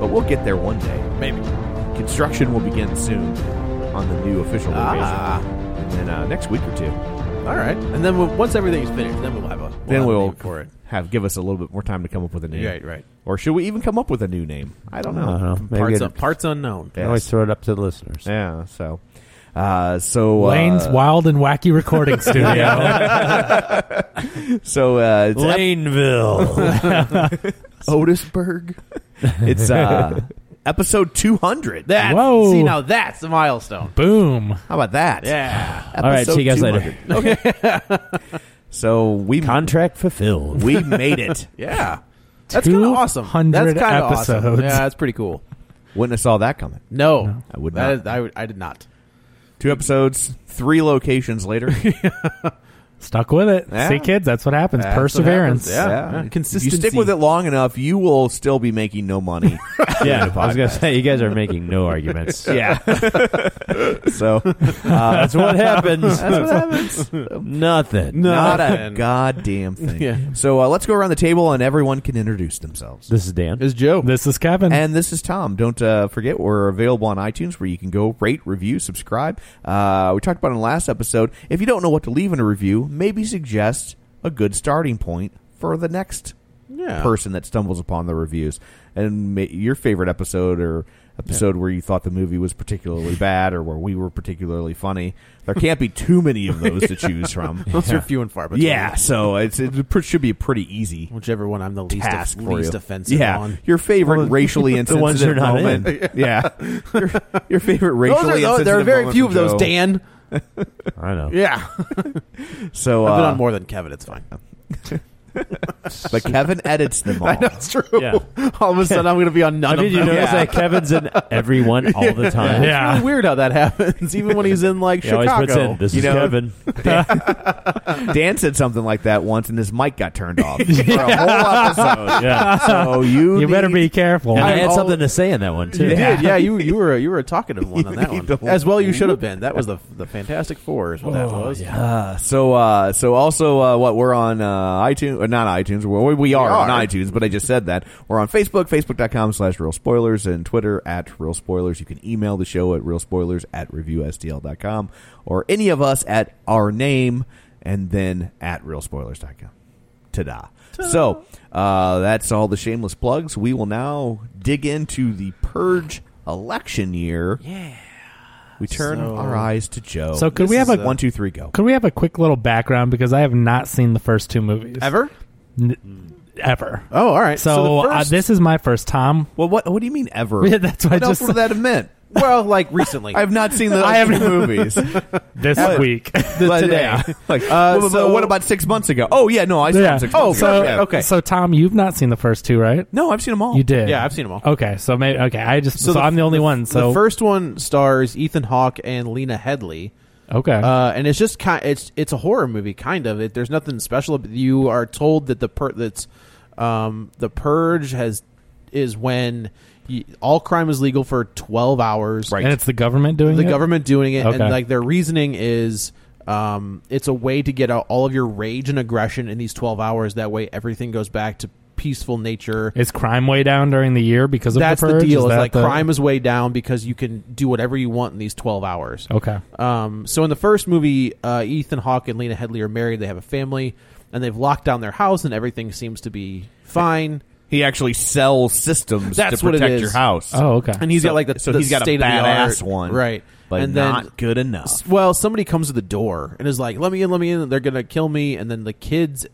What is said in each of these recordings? but we'll get there one day. Maybe. Construction will begin soon on the new official location. Ah. And then uh, next week or two. All right, and then we'll, once everything's finished, then we'll have a we'll then have a we'll name for it. have give us a little bit more time to come up with a name. Right, Uh-huh. right. Or should we even come up with a new name? I don't know. I don't know. Maybe Parts it- un- parts unknown. I always throw it up to the listeners. Yeah, so uh, so uh, Lane's Wild and Wacky Recording Studio. so uh, it's Laneville. Otisburg. it's uh, episode 200. That's, Whoa. See now that's a milestone. Boom. How about that? Yeah. All right, see you guys later. Okay. so we Contract fulfilled. we made it. Yeah. That's kind of awesome. That's 200 kind of awesome. episodes. Yeah, that's pretty cool. Wouldn't have saw that coming. No, I would That not. is- I, would- I did not. Two episodes, three locations later. Stuck with it. Yeah. See, kids, that's what happens. That's what Perseverance. happens. Yeah. If Consistency. You stick with it long enough, you will still be making no money. yeah, I was gonna say you guys are making no arguments. yeah. so Uh, that's what happens. that's what happens. Nothing. not a Nothing. goddamn thing. Yeah. So uh, let's go around the table and everyone can introduce themselves. This is Dan. Is Joe? This is Kevin. And this is Tom. Don't uh, forget we're available on iTunes where you can go rate, review, subscribe. Uh, we talked about in the last episode. If you don't know what to leave in a review, maybe suggest a good starting point for the next Yeah. person that stumbles upon the reviews and ma- your favorite episode or episode where you thought the movie was particularly bad or where we were particularly funny. There can't be too many of those to choose from. Those are few and far between. yeah, so it's, it pr- should be pretty easy Whichever one I'm the least, task for least you. offensive yeah. on. Your favorite racially insensitive ones you're not moment. yeah. Your, your favorite Those racially are, those, insensitive there are very moment few from of those, Joe. Dan. I know. Yeah. So uh, I've been on more than Kevin. It's fine. but Kevin edits them all. That's true. Yeah. All of a sudden, I'm going to be on none I mean, of you them. notice that Kevin's in everyone all the time. It's really weird how that happens. Even when he's in like He Chicago, always puts in, this you is know? Kevin. Dan said something like that once, and his mic got turned off for a whole episode. Yeah. So you you better be need- careful. And I had all- something to say in that one, too. You did, yeah. You you were you were a talkative one on that need one, to- as well. You should have been. That was the the Fantastic Four is what that was. Uh, so uh, so also uh, what we're on uh, iTunes or not iTunes well, we, we are on iTunes but I just said that we're on Facebook facebook.com slash real spoilers and Twitter at real spoilers you can email the show at real spoilers at reviewstl.com or any of us at our name and then at real spoilers.com ta-da so uh, that's all the shameless plugs we will now dig into the purge election year yeah we turn So- our eyes to Joe So could we This have is a- one two three go Could we have a quick little background because I have not seen the first two movies Ever? N- ever. Oh, all right. So, So the uh, first- this is my first time. Well, what what do you mean ever? Yeah, that's what I what else just would that have meant? Well, like recently. I have not seen the I I have haven't- movies. this But- week. But, today. yeah. Like, Uh, what, so- what about six months ago? Oh yeah, no, I saw Yeah. them six Oh, months ago. so Yeah. okay. So Tom, you've not seen the first two, right? no, I've seen them all. You did. Yeah, I've seen them all. Okay, so maybe okay. I just so, I'm the only one. So the first one stars Ethan Hawke and Lena Headley. okay. Uh, and it's just kind it's it's a horror movie kind of. It, there's nothing special. But you are told that the pur- that's um, the purge has is when you, all crime is legal for 12 hours. and it's the government doing the it? government doing it Okay. and like their reasoning is um, it's a way to get out all of your rage and aggression in these 12 hours that way everything goes back to peaceful nature Is crime way down during the year because of that's the the, purge? deal Is is that like the- crime is way down because you can do whatever you want in these 12 hours Okay. um, so in the first movie uh, ethan hawke and lena headley are married they have a family and they've locked down their house and everything seems to be fine He actually sells systems That's to what it protect is. your house. Oh, okay. and he's So- got like the so the he's got a state-of-the-art- badass one, right? but and then, not good enough. s- Well, somebody comes to the door and is like, "Let me in, let me in." They're gonna kill me, and then the kids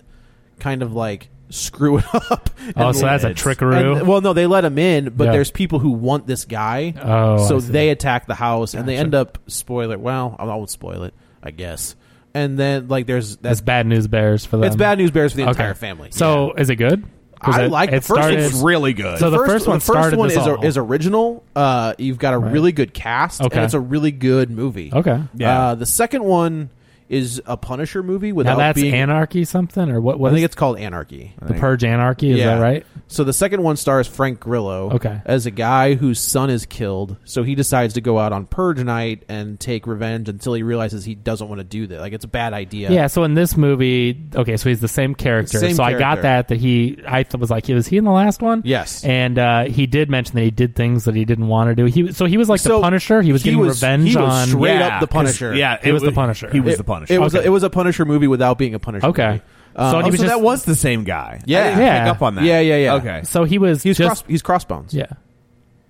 kind of like screw it up. Oh, and- so that's a and- trickaroo? and- well, no, they let him in, but Yeah. there's people who want this guy, Oh, I so see. they attack the house, and they Gotcha. end up spoiler. Well, I won't spoil it, I guess. And then like there's that's That's bad news bears for them. it's bad news bears for the Okay. entire family. So is it good? 'Cause I it- like the it first one. started- It's really good. So the first, one the first started one this is, all. is original. Uh, you've got a really good cast, Okay. and it's a really good movie. Okay. Yeah. Uh, the second one is a Punisher movie without now that's being. anarchy something or what? I What think is it's called Anarchy. the purge anarchy? Is yeah, that right? So the second one stars Frank Grillo Okay. as a guy whose son is killed. So he decides to go out on purge night and take revenge until he realizes he doesn't want to do that. Like it's a bad idea. Yeah. So in this movie, okay, so he's the same character. Same so I got character. that that he I th- was like, was he in the last one? Yes. And uh, he did mention that he did things that he didn't want to do. He was- so he was like So the Punisher. He was he getting was- revenge he was on straight yeah, up the 'cause- Punisher. Yeah, He was the Punisher. He was It- the Punisher. It was a, Okay. it was a Punisher movie without being a Punisher. Okay. movie. Um, so he Oh, was so just that was the same guy. Yeah. I didn't Yeah. pick up on that. Yeah, yeah, yeah. Okay. so he was he's just cross, he's crossbones. yeah.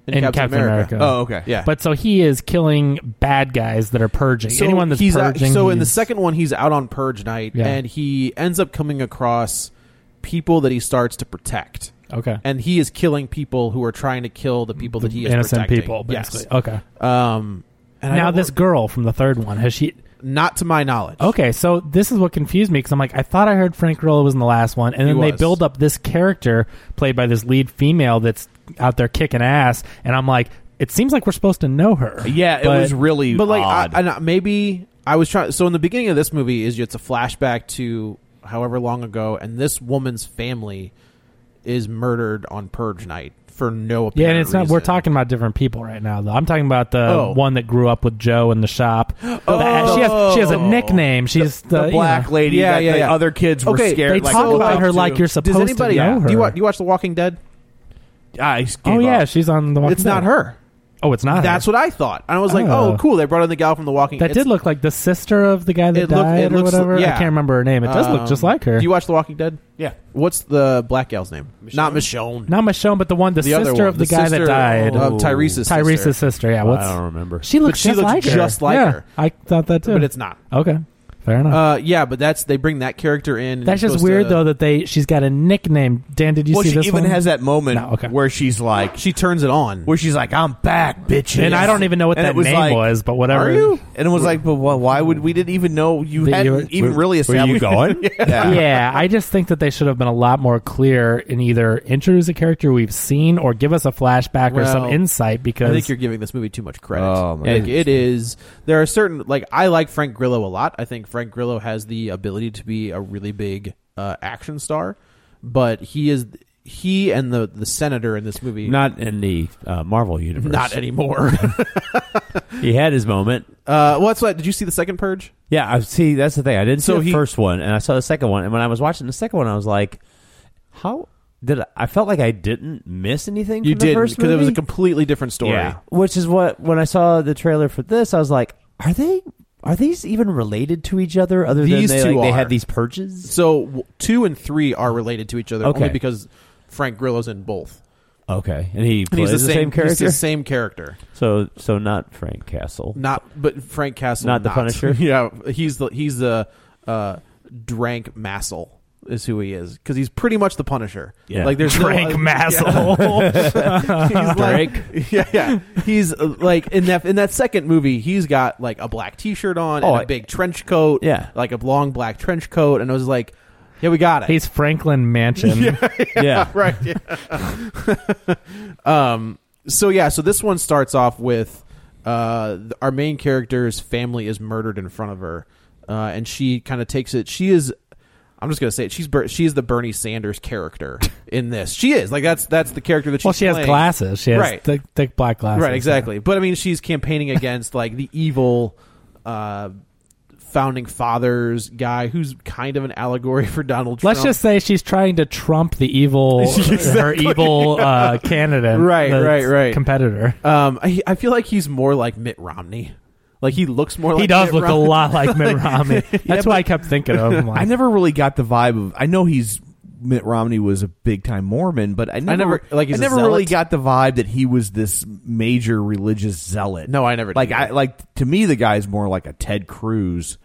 in, in Captain, Captain America. America. Oh, okay. Yeah. But so he is killing bad guys that are purging. Anyone that's he's out- purging. so in the he's- second one, he's out on purge night, Yeah. and he ends up coming across people that he starts to protect, Okay. and he is killing people who are trying to kill the people that he is innocent protecting. people, basically. Yes. Okay. Um, and I now don't this know- girl from the third one has she? not to my knowledge. Okay, so this is what confused me because I'm like, I thought I heard Frank Grillo was in the last one, and then they was. build up this character played by this lead female that's out there kicking ass, and I'm like, it seems like we're supposed to know her. Yeah, it But- was really but like, I, odd. I, know- maybe I was trying. So in the beginning of this movie, is it's a flashback to however long ago, and this woman's family is murdered on purge night for no apparent Yeah, and it's not. We're reason. talking about different people right now, though. I'm talking about the Oh. one that grew up with Joe in the shop. That- she has she has a nickname. She's the, the you black know. lady Yeah, that yeah, the yeah. other kids were Okay, scared. They like, oh, talk sold about up her to. like you're supposed Does anybody to know her. Do you, wa- do you watch The Walking Dead? I gave oh yeah, up. she's on the. Walking it's not Dead. her. Oh, it's not. That's her. what I thought. And I was like, Oh. oh, cool. They brought in the gal from The Walking That it's- did look like the sister of the guy that It looked- died it or looks- whatever. I yeah. can't remember her name. It does look um, just like her. Do you watch The Walking Dead? Yeah. What's the black gal's name? Not Michonne. not Michonne, but the one, the, The other sister one. of the, guy that sister died. Of Tyrese's sister. Um, Tyrese's sister. Yeah, what's I don't remember. she looks she just looks like her. just like Yeah, her. I thought that too. But it's not. okay. Fair enough. Uh, yeah, but that's they bring that character in. and That's you're just supposed weird to- though that they she's got a nickname. Dan, did you Well, see she this even one? has that moment No, okay. where she's like, She turns it on. where she's like, "I'm back, bitches," and I don't even know what And that it was name like, was, but whatever. Are you? And it was like, but why- why would we didn't even know you That you hadn't were- even really established? going? yeah. yeah, I just think that they should have been a lot more clear in either introduce a character we've seen or give us a flashback or some Well, insight because I think you're giving this movie too much credit. Oh, my like, goodness. it is. There are certain like I like Frank Grillo a lot. I think Frank Grillo has the ability to be a really big uh, action star, but he is he and the the senator in this movie Not in the uh, Marvel universe. not anymore. He had his moment. uh, what's what? Did you see the second Purge? Yeah, I see. That's the thing. I didn't So see the he- first one, and I saw the second one. And when I was watching the second one, I was like, "How did I, I felt like I didn't miss anything?" You from the did first because it was a movie? completely different story. Yeah, which is what when I saw the trailer for this, I was like, "Are they? Are these even related to each other? Other These than they, two like, they are. had these purges? So w- two and three are related to each other Okay. only because Frank Grillo's in both. Okay, and he And plays the, same, He's the character. same character. so, so not Frank Castle. Not, but Frank Castle, Not the Punisher? yeah, he's the he's the uh, Drank Massel. is who he is because he's pretty much the Punisher. Yeah. like there's Frank no, Massel. he's Drake. Like, yeah, yeah. He's uh, like in that in that second movie, he's got like a black T-shirt on Oh, and I- a big trench coat. Yeah. like a long black trench coat, and I was like, yeah, we got it. He's Franklin Mansion. yeah. right. yeah. um. So yeah. So this one starts off with uh, th- our main character's family is murdered in front of her, uh, and she kind of takes it. She is. I'm just gonna say it. She's Ber- she's the Bernie Sanders character in this. She is like that's that's the character that she's Well, she has playing. glasses. She has Right. thick, thick black glasses. Right, exactly. But I mean, she's campaigning against like the evil uh, founding fathers guy, who's kind of an allegory for Donald Trump. Let's just say she's trying to trump the evil, her evil uh, candidate, Right, the right, right. competitor. Um, I, I feel like he's more like Mitt Romney. Like he looks more. like he does Mitt look Romney. a lot like Mitt Romney. That's Yeah, what I kept thinking of. him, like, I never really got the vibe of. I know he's Mitt Romney was a big time Mormon, but I never, never- like, he's I a never really got zealot? the vibe that he was this major religious zealot. No, I never did like. I either. like to me the guy's more like a Ted Cruz,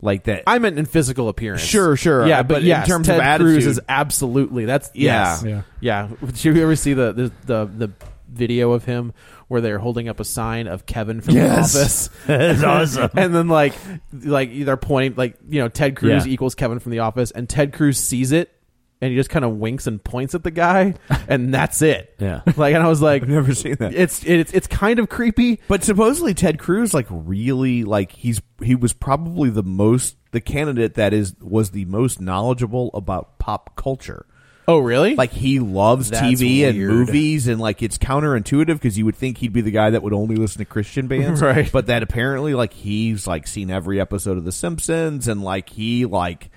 like that. I meant in physical appearance. Sure, sure. Yeah, Uh, but, but in yes, terms Ted of Cruz attitude- is absolutely. That's Yeah. yes. yeah, Did you ever see the the the, the video of him where they're holding up a sign of Kevin from Yes. the office? That's awesome. and then like like they're pointing like you know Ted Cruz Yeah. equals Kevin from the office, and Ted Cruz sees it. And he just kind of winks and points at the guy, and that's it. Yeah. like, and I was like, I've never seen that. It's it's it's kind of creepy. But supposedly Ted Cruz like really like he's he was probably the most the candidate that is was the most knowledgeable about pop culture. Oh, really? Like he loves That's TV and weird. movies and like it's counterintuitive because you would think he'd be the guy that would only listen to Christian bands, Right. But that apparently like he's like seen every episode of The Simpsons and like he like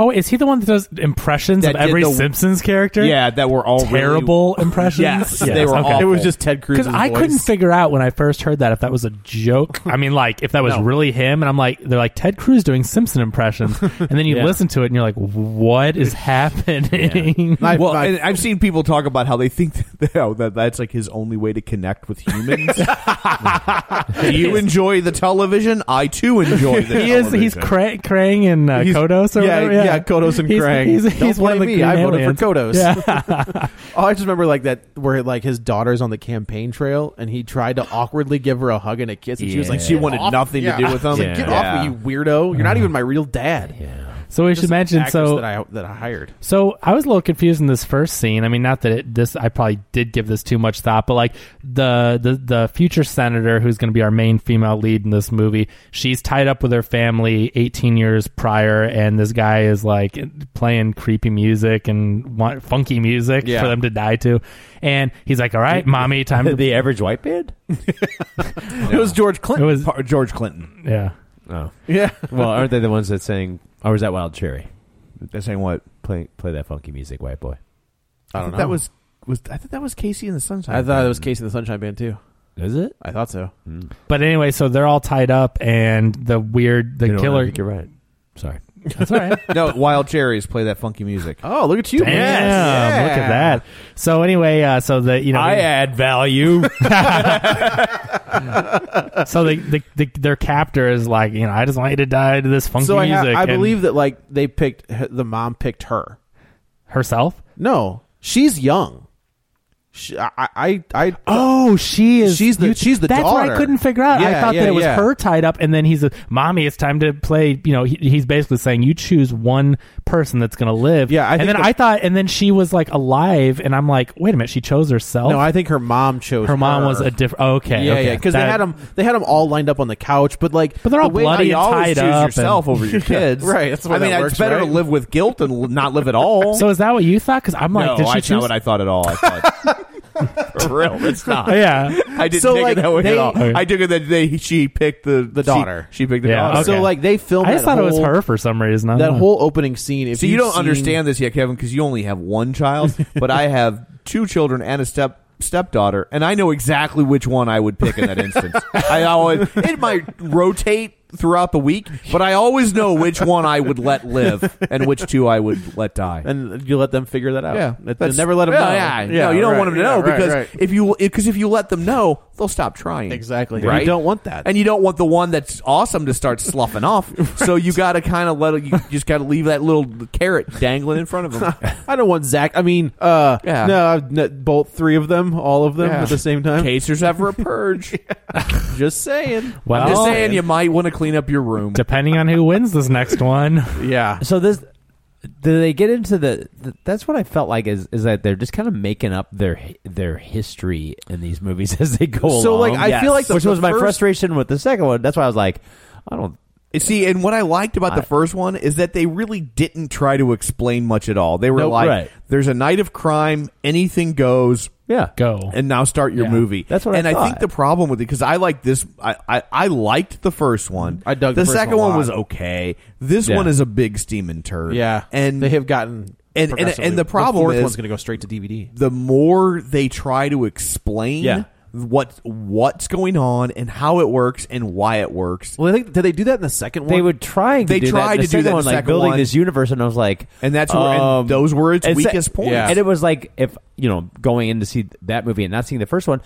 oh, is he the one that does impressions That of did every the- Simpsons character? yeah that were all really- terrible impressions. Yes, they were awful. it was just Ted Cruz. Because I couldn't figure out when I first heard that if that was a joke. I mean, like if that was No. really him, and I'm like, they're like Ted Cruz doing Simpson impressions, and then you Yeah. listen to it and you're like, what is happening? I, well, my- and I've seen people talk about how they think that, you know, that that's like his only way to connect with humans. Do you enjoy the television? I too enjoy the he is. television. He's cra- Krang and uh, He's- Kodos. Or yeah, whatever? yeah, Kodos and he's, Krang. He's, Don't he's, one of the blame me, green I voted aliens. for Kodos. Yeah. Oh, I just remember like that where like his daughter's on the campaign trail and he tried to awkwardly give her a hug and a kiss and she was like, Yeah. She "Get wanted off." nothing to Yeah. do with I was him. like, get Yeah. off me, you weirdo! You're not even my real dad. Yeah, so we should mention. So that I that I hired. So I was a little confused in this first scene. I mean, not that it, this I probably did give this too much thought, but like the the, the future senator who's going to be our main female lead in this movie, she's tied up with her family 18 years prior, and this guy is like playing creepy music and want, funky music Yeah. for them to die to, and he's like, "All right, mommy, time to the average white band? It was George it Clinton. was Pa- George Clinton. yeah." Oh. yeah, Well, aren't they the ones that sang, or was that Wild Cherry? They're saying what? Play, play that funky music, white boy. I don't know. That was was I thought that was Casey and the Sunshine. I thought Band. it was Case in the Sunshine Band too. Is it? I thought so. But anyway, so they're all tied up, and the weird the You know what, I killer. think You're right. Sorry. That's all right. no Wild Cherries play that funky music. Oh, look at you! Damn, look at that. So anyway, uh, so the you know I add value. so the, the, the their captor is like, you know, I just want you to die to this funky So I, ha- music. I and believe that like they picked the mom picked her. herself. No, she's young. She, I, I, I. Oh, she is- She's the- you- she's the That's what I daughter. couldn't figure out. I Yeah, thought yeah, that it was yeah. her tied up, and then he's a mommy. It's time to play. You know, he, he's basically saying you choose one person that's going to live. Yeah, I and think then the- I thought, and then she was like alive, and I'm like, wait a minute, she chose herself. No, I think her mom chose. her mom was a different. Okay, yeah, okay. yeah, because they That- had them. They had them all lined up on the couch, but like, But they're all the way- bloody you and always tied choose up yourself and- over your kids, Right, that's the way I mean, that it's works, better right? to live with guilt and l- not live at all. So is that what you thought? Because I'm like, no, did she that's choose? not what I thought at all. I thought. For real, it's not. Oh, yeah. I didn't So, take like, it that way they- at all. I took it that they she picked the the daughter. She, she picked the Yeah, daughter. okay. So like, they filmed. I just that thought it was whole- her for some reason. I don't That Mm. know. whole opening scene. If So you you've don't seen- understand this yet, Kevin, because you only have one child. but I have two children and a step stepdaughter, and I know exactly which one I would pick in that instance. I always it might rotate throughout the week, but I always know which one I would let live and which two I would let die. and you let them figure that out. yeah, That- that's- never let them yeah, know. Yeah, no, you don't right, want them to yeah, know right, because right. if you because if you let them know, they'll stop trying. Exactly. Right? You don't want that. And you don't want the one that's awesome to start sloughing off. So you got to kind of let it, you just got to leave that little carrot dangling in front of them. I don't want Zach. I mean, uh, yeah. no, I've n- both three of them, all of them Yeah. at the same time. Casers ever a purge. Just saying. Well- I'm just saying you might want to clean up your room. Depending on who wins this next one. Yeah. So this, do they get into the? th- That's what I felt like is is that they're just kind of making up their hi- their history in these movies as they go So, along. like, I feel like the- which the was my first- frustration with the second one. That's why I was like, I don't. See, and what I liked about the first one is that they really didn't try to explain much at all. They were Nope. like, Right. "There's a night of crime, anything goes." Yeah, Go. and now start your Yeah. movie. That's what I and I, think thought. the problem with it because I like this. I, I I liked the first one. I dug the first second one a one was lot. okay. This Yeah. one is a big steaming turd. Yeah. and they have gotten. and- and- and the progressively- problem the fourth is- one's going to go straight to DVD. the more they try to explain Yeah. what what's going on and how it works and why it works. Well, I think did they do that in the second one? They were trying to They do that tried in the to do that second in one, the like second building one. this universe, and I was like, um, And that's where- and those were its and se- weakest points. Yeah. And it was like if you know going in to see that movie and not seeing the first one,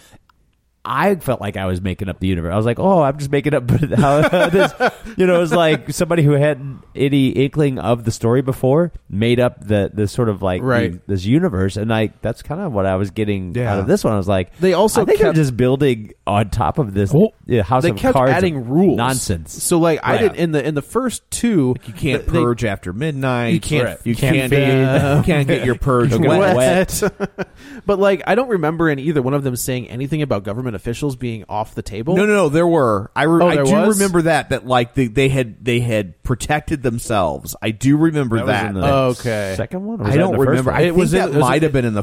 I felt like I was making up the universe. I was like, oh, I'm just making up how this, you know, it was like somebody who hadn't any inkling of the story before made up the the sort of like Right. the- this universe, and like that's kind of what I was getting Yeah. out of this one. I was like, They also I think they're kept- just building on top of this Well, yeah, house they of kept cards adding of rules nonsense. So like I Right. did in the in the first two, You can't they- purge after midnight. You can't- You can't can't. uh, feed. you can't get your purge Wet. wet. but like I don't remember in either one of them saying anything about government officials being off the table. No, no, no. There were. I, re- Oh, I there do was? remember that. That like they, they had they had protected themselves. I do remember That was that. in the Okay. second one. Or was I that don't in the first remember. one? I It think was in- that it was might in- have been in the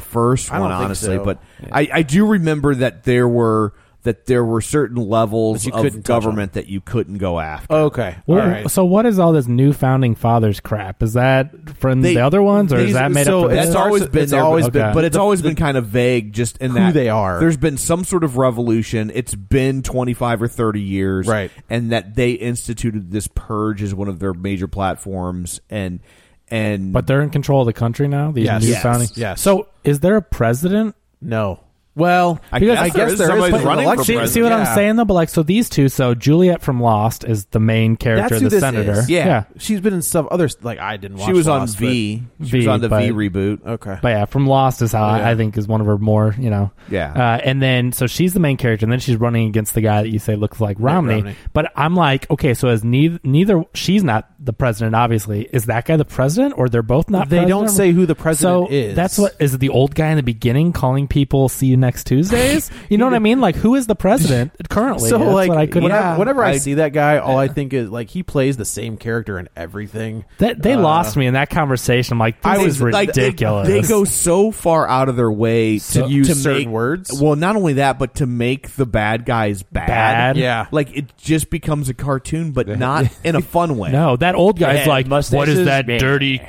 first I don't one, think honestly. so. But I, I do remember that there were that there were certain levels That you of couldn't touch Oh, government that you couldn't go after. Okay. Well, All right. So what is all this new founding fathers crap? Is that from They- the other ones, or they- is that made so up? For it's That's this? all- always it's been there, always but- been- but it's always been kind of vague, just in who that they are. There's been some sort of revolution. It's been 25 or 30 years, Right. And that they instituted this purge as one of their major platforms, and and but they're in control of the country now. These Yes. new Yes. founding. Yes. So is there a president? no. Well, I Because guess, I there guess is there is somebody an running election. for See, president. see what Yeah. I'm saying though, but like so these two. So Juliet from Lost is the main character, that's the who this senator. is. Yeah. She's been in stuff other like I didn't. watch She was on Lost, V. She V, was on the V but- reboot. but- okay. But yeah, from Lost is how I- Yeah. I think is one of her more, you know. Yeah. Uh, and then so she's the main character, and then she's running against the guy that you say looks like Romney. Romney. But I'm like, okay, so is neither, neither she's not the president, obviously. Is that guy the president, or they're both not? They don't president? say who the president so is. That's what is it? The old guy in the beginning calling people, "See you next Tuesdays." you know what I mean? Like, who is the president currently? So That's like what I could. whenever, Yeah. whenever I, I- see that guy, all I think is like he plays the same character in everything. That, they Uh, lost me in that conversation. I'm like, this I is was- like, they- ridiculous. they, go so far out of their way So- to To use use certain words? Well, not only that, but to make the bad guys bad. Bad. Yeah. like it just becomes a cartoon, but not in a fun way. No, that old guy's Yeah, like, what mustaches, is that man." dirty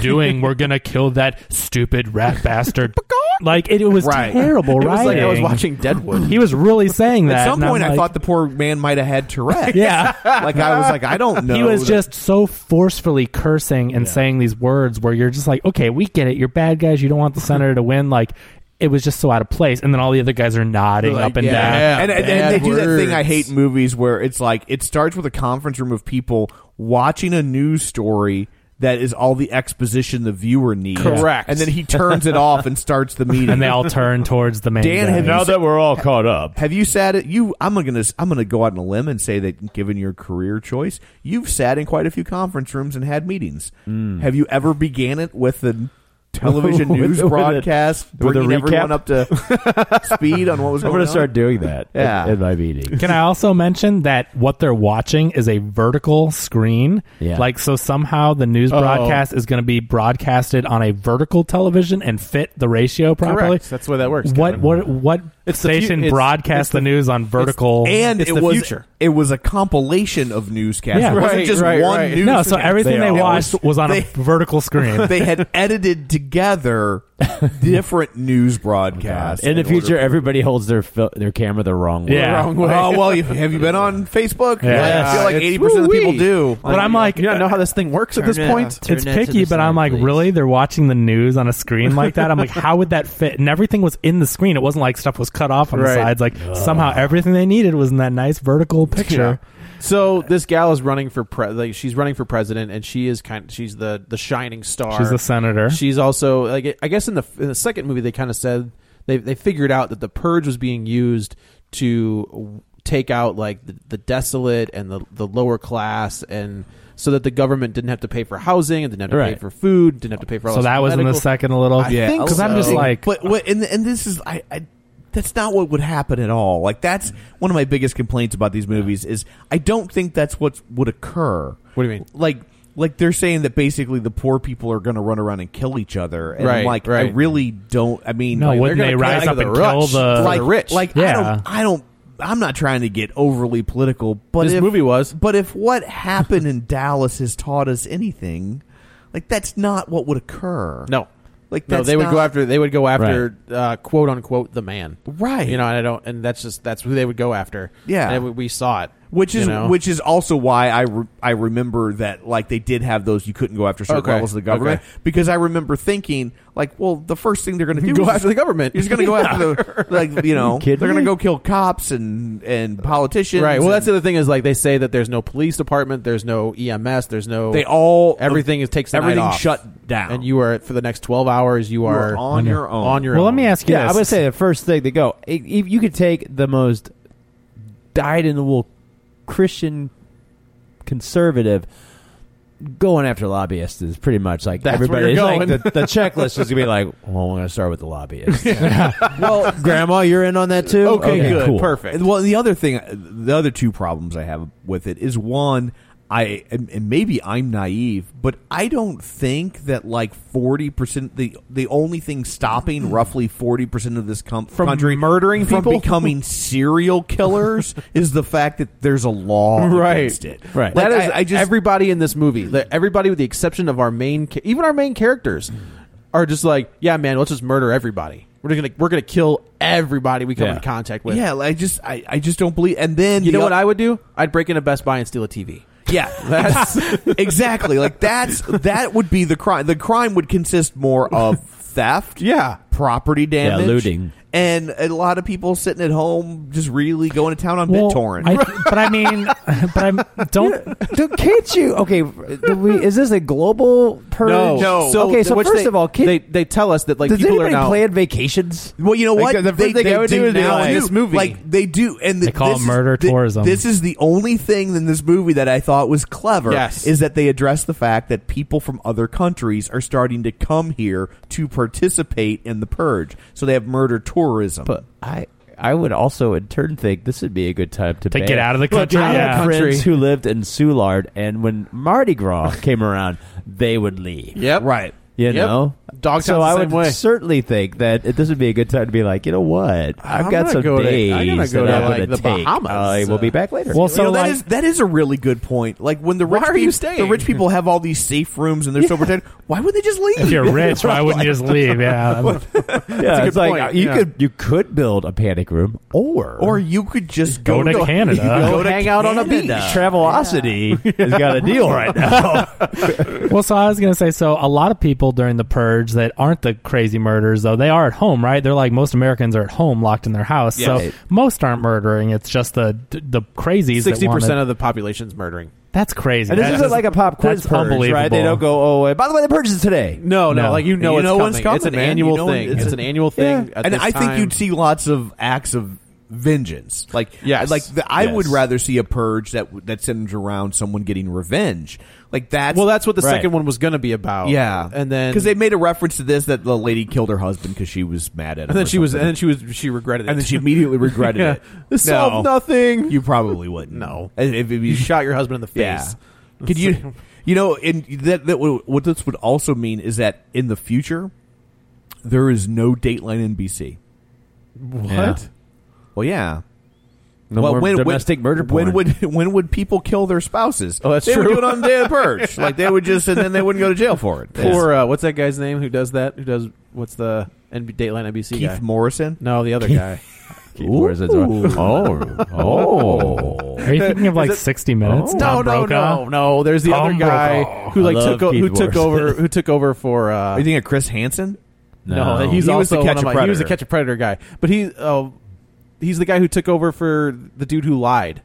doing? We're gonna kill that stupid rat bastard. like it, it was Right. terrible. It was Right? like I was watching Deadwood. He was really saying that. At some and I'm point, I like- thought the poor man might have had Tourette. Yeah. like I was like, I don't know. He was that- just so forcefully cursing and saying these words where you're just like, okay, we get it. You're bad guys. You don't want the senator to win. Like, it was just so out of place. And then all the other guys are nodding Like, up and yeah. down. and, and, and they bad do that thing I words. hate in movies where it's like it starts with a conference room of people watching a news story that is all the exposition the viewer needs. Correct. And then he turns it off and starts the meeting. And they all turn towards the main Dan, guy. have you Now that we're all caught up, Have you sat at you? I'm gonna I'm gonna go out on a limb and say that given your career choice, you've sat in quite a few conference rooms and had meetings. Have you ever began it with the television Mm. With- news with a- broadcast, with a bringing recap? everyone up to speed on what was I'm going gonna on? start doing that. Yeah. in, in my meeting. Can I also mention that what they're watching is a vertical screen? Yeah. Like, so somehow the news broadcast is going to be broadcasted on a vertical television and fit the ratio properly. Correct. That's the way that works, What Kevin. what what It's the fu- station it's- broadcasts it's the, the- news on vertical? and It's it the was future. it was a compilation of newscasts. Yeah. it wasn't Right, just right, one right. news. no, so everything they, It watched was on a they- vertical screen. they had edited together different news broadcasts. In the future, everybody holds their fil- their camera the wrong way. Yeah. Wrong way. Oh well, you, have you been on Facebook? Yeah. I feel like It's- eighty percent of the people do. But I'm like, you don't know how this thing works at this point. it's picky, but I'm like, really? They're watching the news on a screen like that? I'm like, how would that fit? And everything was in the screen. It wasn't like stuff was cut off on the Right. sides. Like somehow everything they needed was in that nice vertical picture. So this gal is running for pre- like she's running for president, and she is kind. She's the the shining star. She's a senator. She's also like I guess in the in the second movie they kind of said they they figured out that the purge was being used to take out like the, the desolate and the the lower class and. So that the government didn't have to pay for housing and didn't have to pay Right. for food, didn't have to pay for all So this that was in the medical- second a little- I Yeah, think 'cause I'm so. just like- but what, and and this is I, I that's not what would happen at all. Like that's one of my biggest complaints about these movies is I don't think that's what would occur. What do you mean? Like like they're saying that basically the poor people are going to run around and kill each other, and Right, like I right. really don't. I mean, No, like, wouldn't they're they gonna rise come up out of and kill rush. the- like, the rich. Like I Yeah. don't, I don't. I'm not trying to get overly political, but This if- movie was. But if what happened in Dallas has taught us anything, like that's not what would occur. No. Like no, that's they would go not- after they would go after uh, quote unquote the man, Right. You know, and I don't, and that's just that's who they would go after. Yeah. and we, we saw it, Which you is know? which is also why I re- I remember that like they did have those you couldn't go after certain Okay. levels of the government Okay. because I remember thinking like well the first thing they're going to do Go is after the government. you're just going to go after the like you know kidding they're going to me? go kill cops and and politicians right? Well, and- that's the other thing is like they say that there's no police department, there's no EMS, there's no they all everything is takes the night everything off. shut down and you are for the next twelve hours you are are, on your own. on your Well, own. let me ask you Yeah, this. I would say the first thing they go. i- If you could take the most dyed in the wool Christian conservative going after lobbyists is pretty much like That's where everybody. you're it's going. Like the, the checklist is gonna be like, well, we're gonna start with the lobbyists. well, Grandma, you're in on that too. Okay, good, cool. perfect. Well, the other thing, the other two problems I have with it is one, I and and maybe I'm naive, but I don't think that like forty percent the the only thing stopping roughly forty percent of this com- Mm. From country murdering from people? becoming serial killers is the fact that there's a law Right. against it. Right. Like, that is I, I just everybody in this movie. the- Everybody with the exception of our main, ca- even our main characters, are just like, yeah, man, let's just murder everybody. We're just gonna we're gonna kill everybody we come Yeah. in contact with. yeah, like, I just I, I just don't believe. And then You the know what oth- I would do? I'd break into Best Buy and steal a TV. Yeah, that's exactly like that's that would be the crime. The crime would consist more of theft, Yeah. property damage, looting. and a lot of people sitting at home just really going to town on Well, BitTorrent. I- but I mean, but I don't. Dude, can't you? Okay, do we, is this a global purge? So okay, so which first they- of all, can, they they tell us that like does people are anybody now plan vacations? well, you know Like, what? the first thing I would do is be now like, do. this movie. Like they do, and They call this it is- murder thi- tourism. This is the only thing in this movie that I thought was clever. Yes. is that they address the fact that people from other countries are starting to come here to participate in the purge. So they have murder tourism. But I I would also in turn think this would be a good time to, To ban- get out of the Well, country, I yeah. had friends Country. who lived in Soulard, and when Mardi Gras came around, they would leave. Yep. Right. You Yep. know, Dogtown's So the I same would way. certainly think that it- this would be a good time to be like, you know what, I've I'm got gonna some go to- days I'm gonna go that to, I'm like, gonna the take. Bahamas. I will be back later. Well, you so know, that like, is that is a really good point. Like when the Why rich are you peop- staying? the rich people have all these safe rooms and they're so protected. Why would they just leave? if you're rich, why wouldn't you just leave? yeah, Yeah, good it's like point, you yeah. could you could build a panic room, or Or you could just Go go, to Canada. Go, Go to hang out on a beach. Canada. Travelocity has got a deal right now. well, so I was gonna say, so a lot of people during the purge that aren't the crazy murderers, though they are at home, right? They're like most Americans are at home, locked in their house. So Yes. most aren't murdering. It's just the the crazies. sixty percent Of- of the population's murdering. that's crazy. And this That's isn't just- like a pop quiz that's purge, right? They unbelievable. don't go, oh, wait, by the way, the purge is today. No, no, No. like you know, You it's know coming. when's coming, It's an man. annual You know when- thing. it's It's, an- an annual thing. at and this I think time. you'd see lots of acts of vengeance. Like, Yes. like the, I would Yes. rather see a purge that w- that centers around someone getting revenge. Like that's Well, that's what the Right. second one was going to be about. yeah, and then because they made a reference to this that the lady killed her husband because she was mad at him, and then or she was, something. and then she was, she regretted it, and then she immediately regretted Yeah. it. This No. solved nothing. You probably wouldn't. No. If, if you you shot your husband in the face. yeah. Could you? You know, and that that would- what this would also mean is that in the future, there is no Dateline NBC. What? Yeah. Well, yeah. No more domestic murder porn. When would when would people kill their spouses? Oh, that's they true. Would do it on the day of purge. Like they would just, and then they wouldn't go to jail for it. Poor, uh, what's that guy's name who does that? Who does, what's the NB, Dateline NBC Keith guy? Morrison. No, the other Keith- guy. Keith Morrison's- Oh, oh. Are you thinking of like Is it- 60 Minutes? no, Tom Oh, no, Brokaw? no, no. There's the Tom other guy Brokaw. who like I love took o- who Keith took Morrison. over who took over for uh, Are you thinking of Chris Hansen? No, he's He was also the catch one a of my- He was the predator. catch a predator guy, but he uh, he's the guy who took over for the dude who lied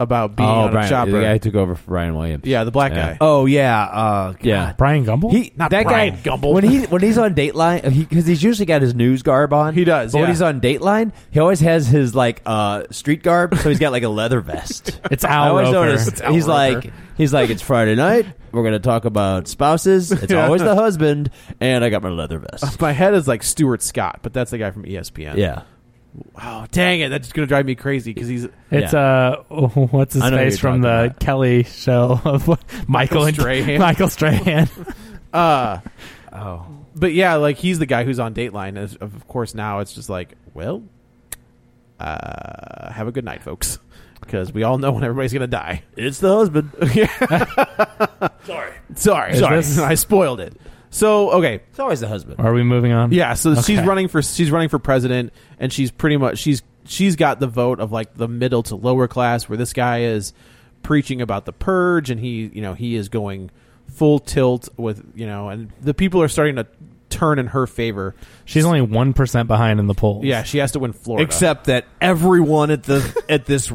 about being oh, on Brian, a chopper. the guy who took over for Brian Williams. yeah, the black Yeah. guy. Oh yeah, uh, Yeah, Brian Gumble? He Not that Brian guy Gumble. when he when he's on Dateline because he's usually got his news garb on. He does, But when yeah. he's on Dateline, he always has his like uh, street garb, so he's got like a leather vest. It's I Al always Roker. notice Al he's Roker. like he's like it's Friday night. We're gonna talk about spouses. It's Yeah. always the husband, and I got my leather vest. My head is like Stuart Scott, but that's the guy from E ESPN. Yeah, Oh, dang it! That's gonna drive me crazy because he's It's Yeah. uh, what's his I know who face you're talking from the about. Kelly show of Michael, and Strahan. Michael Strahan. uh oh, but yeah, like he's the guy who's on Dateline. As- Of course, now it's just like, well, uh, have a good night, folks, because we all know when everybody's gonna die. it's the husband. Sorry, Is sorry, this- I spoiled it. So okay, It's always the husband. Are we moving on? Yeah, so she's Okay. running for she's running for president, and she's pretty much she's she's got the vote of like the middle to lower class, where this guy is preaching about the purge, and he you know he is going full tilt with you know, and the people are starting to turn in her favor. She's only 1% behind in the polls. yeah, she has to win Florida. Except that everyone at the at this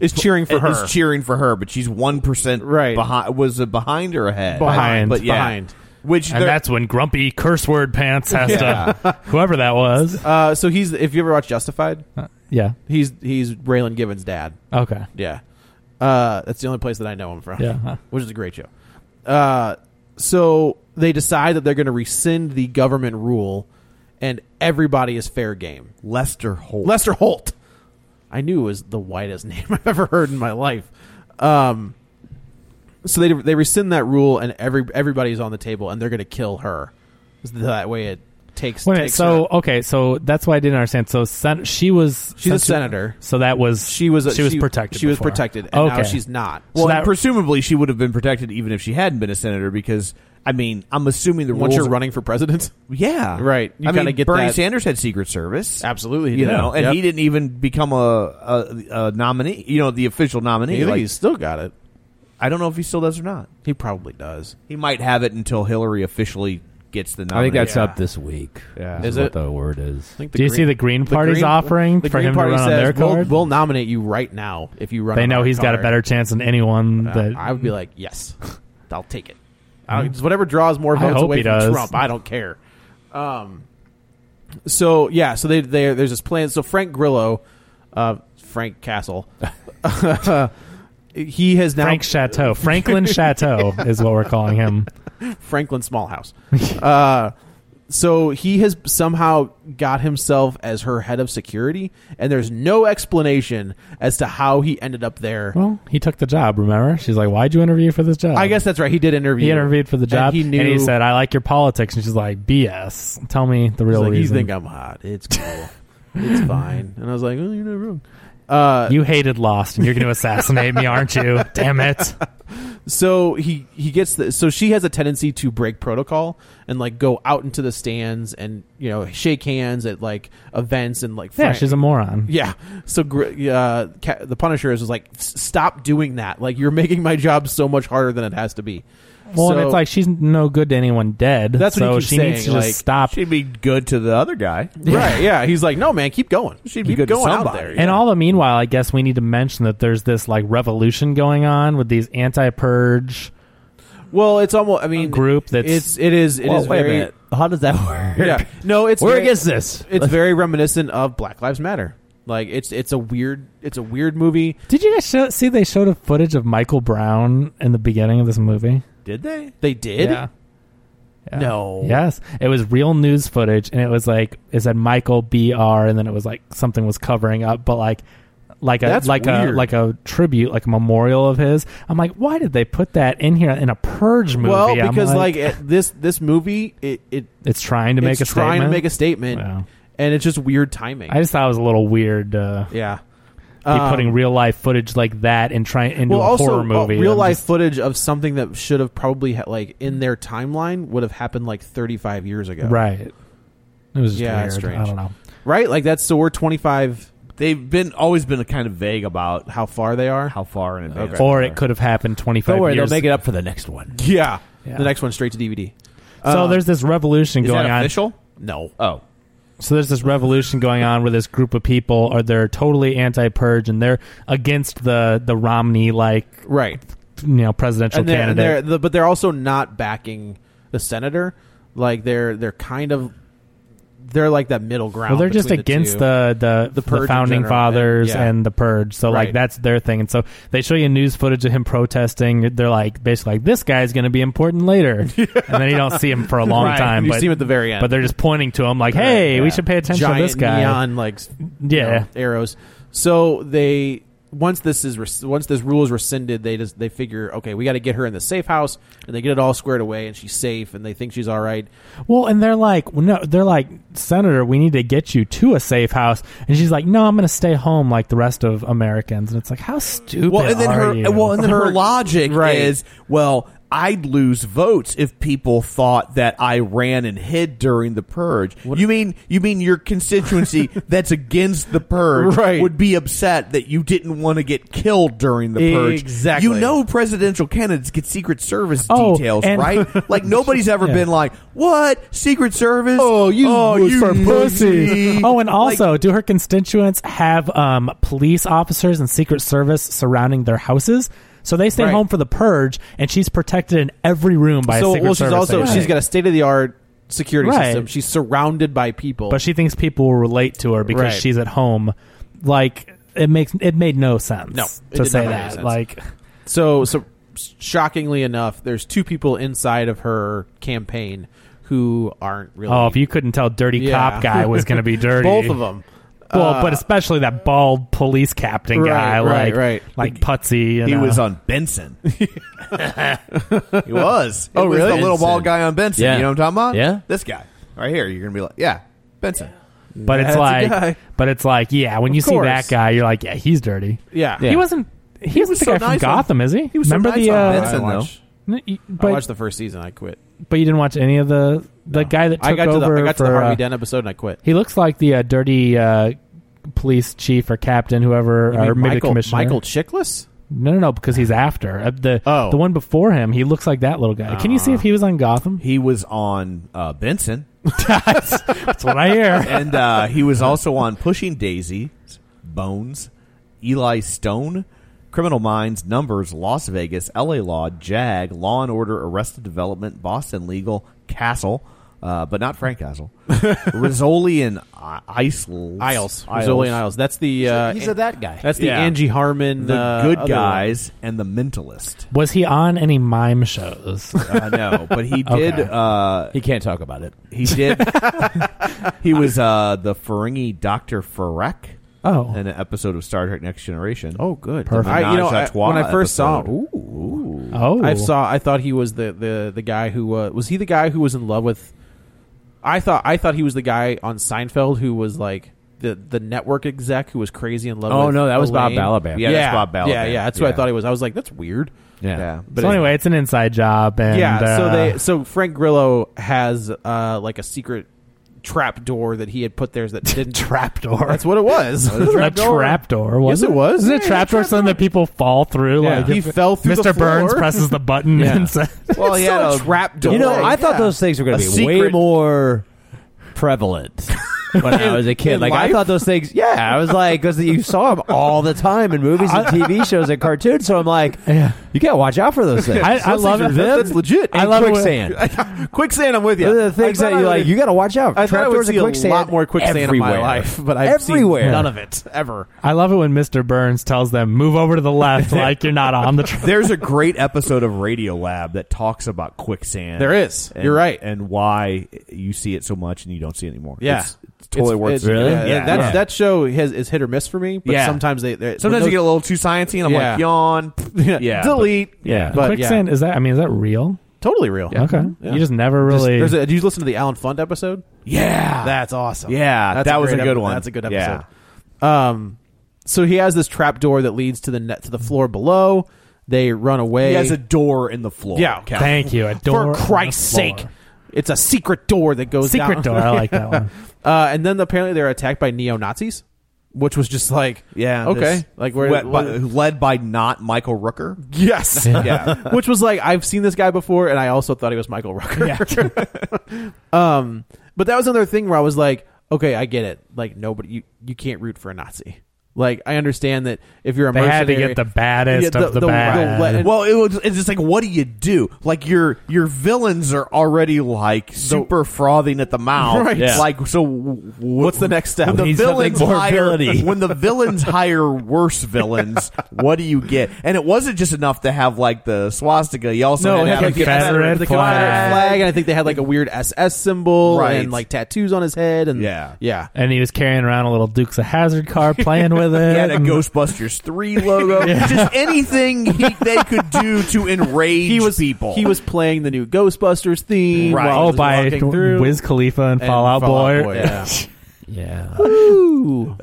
is cheering for her. is cheering for her, but she's one percent Right. behind. Was it behind or ahead? Behind. but yeah, Behind. Which And there- that's when grumpy curse word pants has to, whoever that was. Uh, uh, so he's if you ever watch Justified, yeah. he's he's Raylan Givens' dad. Okay. Yeah. Uh, that's the only place that I know him from. Yeah. Which is a great show. Uh, so they decide that they're going to rescind the government rule and everybody is fair game. Lester Holt. Lester Holt. I knew it was the whitest name I've ever heard in my life. Um, so they they rescind that rule and every everybody's on the table and they're going to kill her. That way it takes. Wait a minute. takes So, her- okay. So that's why I didn't understand. So sen- she was. She's a since she- senator. So that was. she was a- she was protected. She was before. protected. And okay. now she's not. Well, So and that- presumably she would have been protected even if she hadn't been a senator, because I mean, I'm assuming the once rules you're running for president, yeah, Right. You I kinda mean, get Bernie that- Sanders had Secret Service, absolutely, you know, and Yep. he didn't even become a, a, a nominee, you know, the official I nominee. think Like, he's still got it. I don't know if he still does or not. He probably does. He might have it until Hillary officially gets I the think nomination. that's up this week. Yeah. is, Is what it? the word is. I think Do you see the Green Party's offering for him to run on their we'll, card? we'll nominate you right now if you run. They on know our he's got a card." better chance than anyone. Uh, that I would be like, yes, I'll take it. I don't, whatever draws more Mm-hmm. I votes hope away he from does. Trump, I don't care. Um, so yeah, so they, they there's this plan. So Frank Grillo, uh, Frank Castle, he has now Frank Chateau, Franklin Chateau is what we're calling him. Franklin Smallhouse. uh, so he has somehow got himself as her head of security, and there's no explanation as to how he ended up there. Well, he took the job. Remember, she's like, "Why'd you interview for this job?" I guess that's right. He did interview. he interviewed for the and job. he knew. and he said, "I like your politics," and she's like, "BS. Tell me the he's real like, "You reason." think I'm hot? It's cool. it's fine." And I was like, "Well, you're not wrong." Uh, you hated Lost, and you're going to assassinate me, aren't you? Damn it! so he he gets the so she has a tendency to break protocol and like go out into the stands and you know shake hands at like events and like Yeah, Frank- she's a moron. Yeah. So gr- uh, Ca- the Punisher is just like, "S- stop doing that. Like you're making my job so much harder than it has to be. Well, and So- it's like she's no good to anyone dead. That's what so he keeps she needs to saying, like, just stop. She'd be good to the other guy. right? Yeah. He's like, no, man, keep going. She'd Keep be good to going out somebody. there. And all the meanwhile, I guess we need to mention that there's this like revolution going on with these anti-purge. well, it's almost. I mean, group that's- it's it is it is Well, wait very a minute. How does that work? yeah. No, it's Where very, is this? It's very reminiscent of Black Lives Matter. Like it's it's a weird it's a weird movie. Did you guys show, see they showed a footage of Michael Brown in the beginning of this movie? Did they? They did. Yeah. No. Yes, it was real news footage, and it was like it said Michael B R, and then it was like something was covering up, but like like a That's like a weird. like a tribute, like a memorial of his. I'm like, why did they put that in here in a purge movie? Well, I'm because like, it, this this movie it, it it's trying to it's make a trying statement. to make a statement, Wow. and it's just weird timing. I just thought it was a little weird. Uh, yeah. Um, be putting real life footage like that and trying into well, a also horror uh, movie. real I'm life just- footage of something that should have probably ha- like in their timeline would have happened like 35 years ago. right? It was just Yeah, weird. it's I strange. don't know. Right? Like that's so we're 25 They've been always been kind of vague about how far they are. how far in advance. they Or are. it could have happened 25 Don't worry, years. they'll make it up for the next one. Yeah. Yeah. The next one straight to DVD. so Um, there's this revolution Is going that on. official? No. Oh, So there's this revolution going on where this group of people are they're totally anti-purge and they're against the the Romney like Right. you know presidential And they're, and candidate. they're the, but they're also not backing the senator. Like they're they're kind of they're like that middle ground. well, they're just between the against two. the the, the, Purge in founding general, fathers yeah. and the purge. So like Right. that's their thing. And so they show you news footage of him protesting. They're like basically like this guy's going to be important later, and then you don't see him for a long Right. time. You but, see him at the very end. But they're just pointing to him like, Right, hey, we yeah. should pay attention Giant to this guy. Neon like s- you Yeah. know, arrows. So they once this is res- once this rule is rescinded, they just they figure okay, we got to get her in the safe house, and they get it all squared away, and she's safe, and they think she's all right. Well, and they're like, well, no, they're like, Senator, we need to get you to a safe house, and she's like, no, I'm going to stay home like the rest of Americans, and it's like, how stupid E well, and then are her you? well, and then her, Her- logic right. is well, I'd lose votes if people thought that I ran and hid during the purge. you mean you mean your constituency that's against the purge Right. would be upset that you didn't want to get killed during the purge? Exactly. You know, presidential candidates get Secret Service Oh, details, and- right? Like nobody's ever Yeah. been like, "What Secret Service? Oh, you vote for pussy." Oh, and also, Like, do her constituents have um, police officers and Secret Service surrounding their houses? So they stay Right. home for the purge, and she's protected in every room by so a Secret well, she's Service. also agent. she's got a state of the art security Right. system. She's surrounded by people. but she thinks people will relate to her because Right. she's at home. Like it makes it made no sense. No, it to did say not make any that sense. like So, so shockingly enough, there's two people inside of her campaign who aren't really. oh, if you couldn't tell, dirty Yeah. cop guy was going to be dirty. both of them. Well, Uh, but especially that bald police captain Right, guy, right, like right. like Putzy. you He know. was on Benson. he was. It Oh, was really? The little Benson. bald guy on Benson. Yeah. You know what I'm talking about? Yeah. This guy right here. You're gonna be like, yeah, Benson. but That's it's a like, guy. but it's like, yeah. When Of you see that course. guy, you're like, yeah, he's dirty. Yeah. he wasn't. He, was was the so guy from nice on- Gotham, is he? he was so Remember nice the? on uh, Benson, I though. watched, n- you- I but, watched the first season. I quit. but you didn't watch any of the the guy that took I got to the over I got to for the Harvey uh, Dent episode and I quit. He looks like the uh, dirty uh, police chief or captain, whoever, You or mean maybe Michael, commissioner. Michael Chickless. No, no, no, because he's after uh, the Oh. the one before him. He looks like that little guy. Can you see if he was on Gotham? He was on uh, Benson, That's what I hear. and uh, he was also on Pushing Daisy, Bones, Eli Stone, Criminal Minds, Numbers, Las Vegas, L.A. Law, Jag, Law and Order, Arrested Development, Boston Legal, Castle. Uh, but not Frank Castle, Rizzoli and I- Isles. Isles. Rizzoli and Isles. That's the. Uh, he's a that guy. That's the Yeah. Angie Harmon. the uh, good other guys and the mentalist. Was he on any mime shows? I know, but he Okay. did. Uh, He can't talk about it. he did. he was uh, the Ferengi Doctor Ferrek Oh, in an episode of Star Trek: Next Generation. one. Oh, good. Perfect. I, you know, I, Menage a trois when I first saw, episode. ooh, ooh. oh, I saw. I thought he was the the the guy who uh, was he the guy who was in love with. I thought I thought he was the guy on Seinfeld who was like the the network exec who was crazy in love. Oh, with no, that was Bob Elaine. Balaban. Yeah, that's Bob Balaban. Yeah, yeah, that's what Yeah. I thought he was. I was like, that's weird. Yeah. But so it- anyway, it's an inside job, and yeah, so uh, they so Frank Grillo has uh like a secret trap door that he had put there that didn't Trapdoor. That's what it was. a trapdoor. Was Yes, it was. Isn't Yeah, it trapdoor something that people fall through? Yeah. Like He if fell through the Mr. Burns floor? presses the button Yeah. and says, Well, It's he had not a a trap door. You know, Like, I thought yeah. those things were going A to be way secret- more prevalent when I was a kid. in Like I life? thought those things. Yeah, I was like, because you saw them all the time in movies and TV shows and cartoons. So I'm like, you got to watch out for those things. I- I Those love things it. are them That's legit. and I love it when- quicksand. Quicksand, I'm with you. Those are the things I thought that I you would- like. You got to watch out. I thought I would Trapdoors and see a quicksand lot more quicksand in my everywhere. life, but I've everywhere. seen none of it ever. I love it when Mr. Burns tells them, move over to the left, like you're not on the train. There's a great episode of Radio Lab that talks about quicksand. There is. And- You're right. and why you see it so much and you don't see it anymore. Yeah. it's, it's totally worth it's- it. Really? Yeah, Yeah, that yeah. that show has, is hit or miss for me. But Yeah. sometimes they they- Sometimes you but get a little too sciencey, and I'm Yeah. like, yawn. those- Yeah, delete. Yeah. but Quicksand, is that, I mean, is that real? yeah, totally real. Okay. Yeah. You just never really. There's a, did you listen to the Alan Funt episode? Yeah, That's awesome. Yeah, That's that was great a good epi- one. That's a good Yeah. episode. Um, So he has this trap door that leads to the net to the floor below. They run away. He has a door in the floor. Yeah, Kevin. Thank you, a door in For Christ's the floor. sake, it's a secret door that goes Secret down. door, I like that one. Uh, and then apparently they're attacked by neo Nazis, which was just like, Yeah. okay, this- like where, led by, led by not Michael Rooker. yes, Yeah. which was like I've seen this guy before, and I also thought he was Michael Rooker. um, but that was another thing where I was like, okay, I get it. Like nobody, you you can't root for a Nazi. Like I understand that if you're a They had to mercenary- get the baddest Yeah, of the bad. le- well, it was, it's just like, what do you do? Like your your villains are already like super frothing at the mouth, Right. Yeah. Like, so w- what's the next step? When the Needs villains something more hire villainy. when the villains hire worse villains. What do you get? And it wasn't just enough to have like the swastika. You also No, it had, had to like the have Confederate the Confederate flag. flag, and I think they had like a weird SS symbol Right. and like tattoos on his head, and Yeah. yeah. and he was carrying around a little Dukes of Hazard car, playing with it. He had a and- Ghostbusters three logo. Just anything he, they could do to enrage He was people. He was playing the new Ghostbusters theme. Right. while he Oh, was by walking through. Wiz Khalifa and, And Fall Out Boy. yeah. Yeah. Ooh.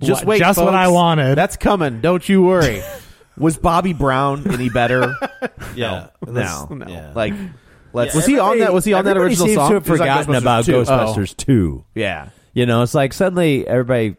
Just What- wait, just what folks. I wanted. That's coming. Don't you worry. Was Bobby Brown any better? Yeah. no, No. Yeah. Like, let's. Was he on that? Was he on that Everybody original seems song? to have He was on forgotten Ghostbusters Oh. about 2. Ghostbusters two. Yeah. You know, it's like suddenly everybody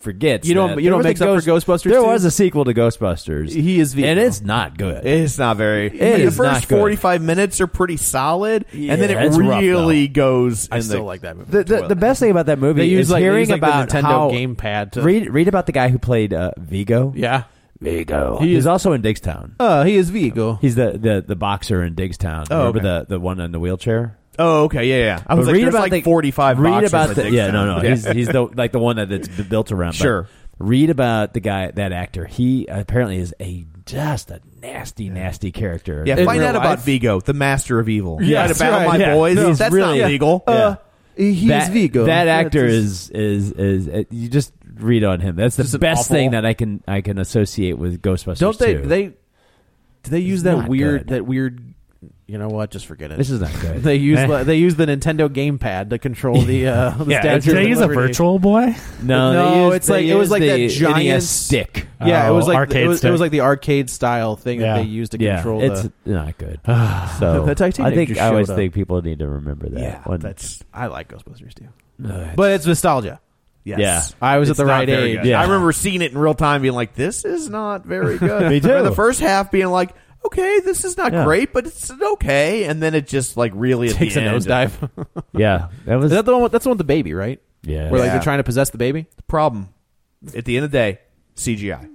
forgets. You don't- that you don't there was mix up a for Ghostbusters There 2? was a sequel to Ghostbusters. Oh. He is the and it's not good. It's not very. It the is first not good. 45 minutes are pretty solid, and then Yeah, it it's rough, really goes. I in still the, like that movie. the, the, the best thing about that movie They use, is like- they hearing use, like, the about Nintendo how gamepad to- read read about the guy who played uh, Vigo. Yeah. Vigo. He is also in Digstown. Uh, he is Vigo. He's the, the, the boxer in Digstown. Oh, Remember okay. the, the one in the wheelchair? Oh, okay, yeah, yeah. I was But like, there's like the- 45. Read boxers about that the Dick's yeah, done. no, no. He's he's the like the one that it's b- built around. but Sure. Read about the guy that actor. He apparently is a just a nasty, nasty character. yeah, In find real out about life. Vigo, the master of evil. Yes, Try to battle right, my yeah. boys. No, That's really- not legal. Yeah. Uh, He's that, Vigo. That That's actor his- is is is uh, you just read on him. That's the Just an best awful- thing that I can I can associate with Ghostbusters. Don't they? 2. They do they use It's that not weird? good. That weird. You know what? Just forget it. This is not good. They use Eh. li- they use the Nintendo gamepad to control the uh, the Yeah, Statue did of they use a Liberty. virtual boy? no, they No, used- it's they like- it was used like that the giant- NES stick. Uh, Yeah, it Oh, was like arcade it was, it stick. was like the arcade style thing Yeah. that they used to yeah, control. it's the, not good. so The Titanic I think just I always showed up. think people need to remember that. yeah, one. that's I like Ghostbusters too, Ugh, but it's nostalgia. yes. Yeah. I was It's at the not right very age. good. Yeah. I remember seeing it in real time, being like, "This is not very good." Me I remember too. The first half being like, "Okay, this is not Yeah. great, but it's okay," and then it just like really at Takes a the end, nosedive. yeah, that was Is that the one? With, that's the one with the baby, right? yeah. Where like Yeah. they're trying to possess the baby. Problem at the end of the day, CGI.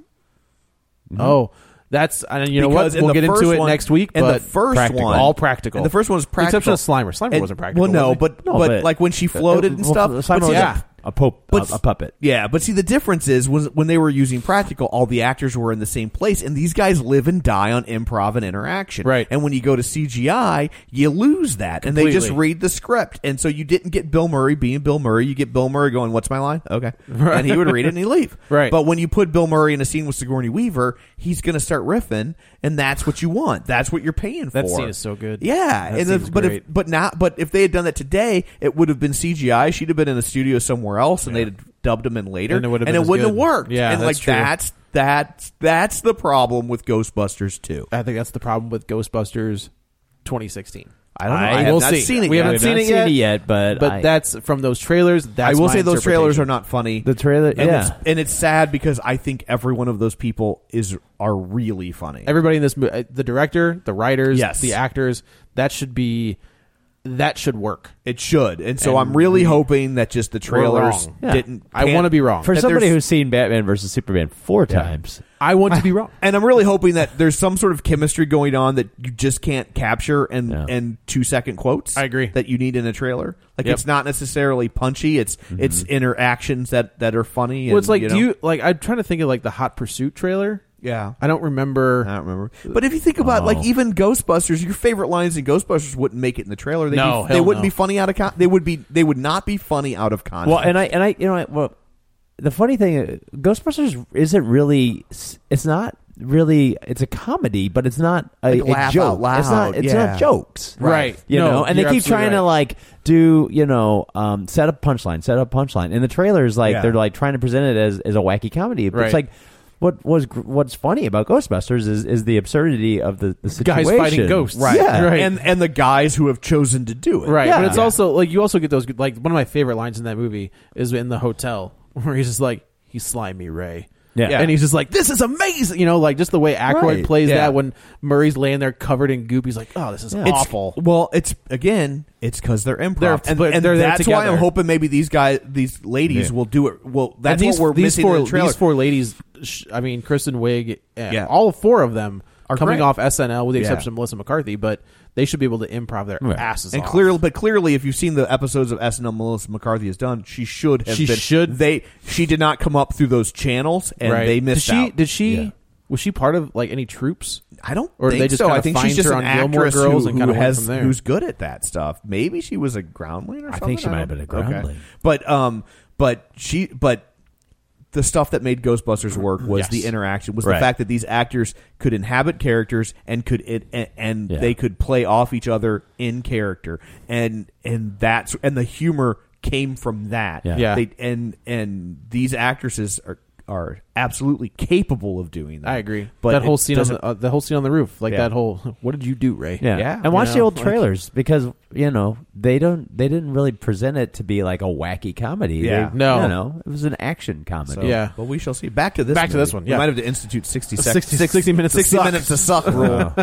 Oh, that's and you know what? Mm-hmm. Because in We'll the get first into it one- next week. and the but first practical. one- all practical. and the first one was With the exception practical. of Slimer. Slimer And- wasn't practical. Well, no, was he? but, No, but but- like when she floated and Well, stuff. Simon but was see, a- yeah. a pope, But a, a puppet. Yeah, but see the difference is was when they were using practical, all the actors were in the same place, and these guys live and die on improv and interaction. Right. And when you go to CGI, you lose that, and they just Completely. read the script, and so you didn't get Bill Murray being Bill Murray. You get Bill Murray going, "What's my line?" Okay, and he would read it and he would leave. Right. But when you put Bill Murray in a scene with Sigourney Weaver, he's going to start riffing, and that's what you want. That's what you're paying That for. scene is so good. Yeah, That and if, scene's but if great. but not but if they had done that today, it would have been CGI. She'd have been in a studio somewhere else, and they'd have dubbed him in later, And it would have been as not have good. worked. Yeah, and that's like true. that's that's that's the problem with Ghostbusters too. I think that's the problem with Ghostbusters 2016. I don't I know. I, have will not see. seen it. We yet. haven't I've not seen it yet, but But I- that's from those trailers. That's I will my say those trailers interpretation. are not funny. the trailer. and yeah, it's, and it's sad because I think every one of those people is are really funny. Everybody in this movie, the director, the writers, Yes. the actors, that should be, that should work. it should, and so And I'm really we- hoping that just the trailers wrong. Yeah. didn't. I pan- wanna be wrong. for that somebody there's- who's seen Batman versus Superman four times. I want to be wrong. and I'm really hoping that there's some sort of chemistry going on that you just can't capture in Yeah. in two second quotes. I agree. that you need in a trailer. Like Yep. it's not necessarily punchy. It's Mm-hmm. it's interactions that that are funny. Well, and, it's like, you do know. you, like, I'm trying to think of, like, the Hot Pursuit trailer. Yeah, I don't remember. I don't remember. But if you think about like Oh. even Ghostbusters, your favorite lines in Ghostbusters wouldn't make it in the trailer. They'd No, be, they hell wouldn't no. be funny out of con- they would be they would not be funny out of context. Well, and I and I you know I- well, the funny thing, uh, Ghostbusters isn't really. It's not really it's a comedy, but it's not a, Like, a laugh joke. out loud, It's not it's yeah. not jokes, Right. You No, know, and they you're keep absolutely trying to right. like do you know um, set up punchline, set up punchline. And the trailers like Yeah. they're like trying to present it as as a wacky comedy, but Right. it's like. What was gr- what's funny about Ghostbusters is, is the absurdity of the, the situation. Guys fighting ghosts. right? Yeah. And and the guys who have chosen to do it. Right, Yeah. but it's Yeah. also like you also get those good- like one of my favorite lines in that movie is in the hotel where he's just like he slime me Ray. Yeah. Yeah. and he's just like, "This is amazing," you know, like just the way Aykroyd Right. plays Yeah. that when Murray's laying there covered in goop. He's like, "Oh, this is It's- awful." Well, it's again, it's because they're improv, They're- and, but and they're there that's why together. I'm hoping maybe these guys, these ladies, Yeah. will do it. Well, that's And these, what we're these missing Four, in the trailer. These four ladies, sh- I mean, Kristen Wiig, and eh, Yeah. all four of them Are are coming great. off SNL with the Yeah. exception of Melissa McCarthy, but they should be able to improv their asses and off. clearly, but clearly, if you've seen the episodes of SNL Melissa McCarthy has done, she should have She been. should- they she did not come up through those channels, and Right. they missed did she, out. Did she? Was she part of like any troops? I don't Or did think they just so. kinda I think find she's just her an on Gilmore actress Girls who, and kind who of has from there. who's good at that stuff. Maybe she was a groundling or I something. think she might have don't- been a groundling. But um, but she but the stuff that made Ghostbusters work was Yes. the interaction, was the Right. fact that these actors could inhabit characters and could it, and, and Yeah. they could play off each other in character, and and that's and the humor came from that. Yeah. Yeah. They, and and these actresses are are absolutely capable of doing that. I agree. But that whole it scene on doesn't- the, uh, the whole scene on the roof, like Yeah. that whole "What did you do, Ray?" Yeah. You And watch the know, old like- trailers because, you know, they don't they didn't really present it to be like a wacky comedy. Yeah. They, No. You know, it was an action comedy. So, But we shall see. Back to this. Back to movie. this one, We yeah. might have to institute 60 Uh, sec- 60 60 minutes of 60 suck. minutes of suck rule.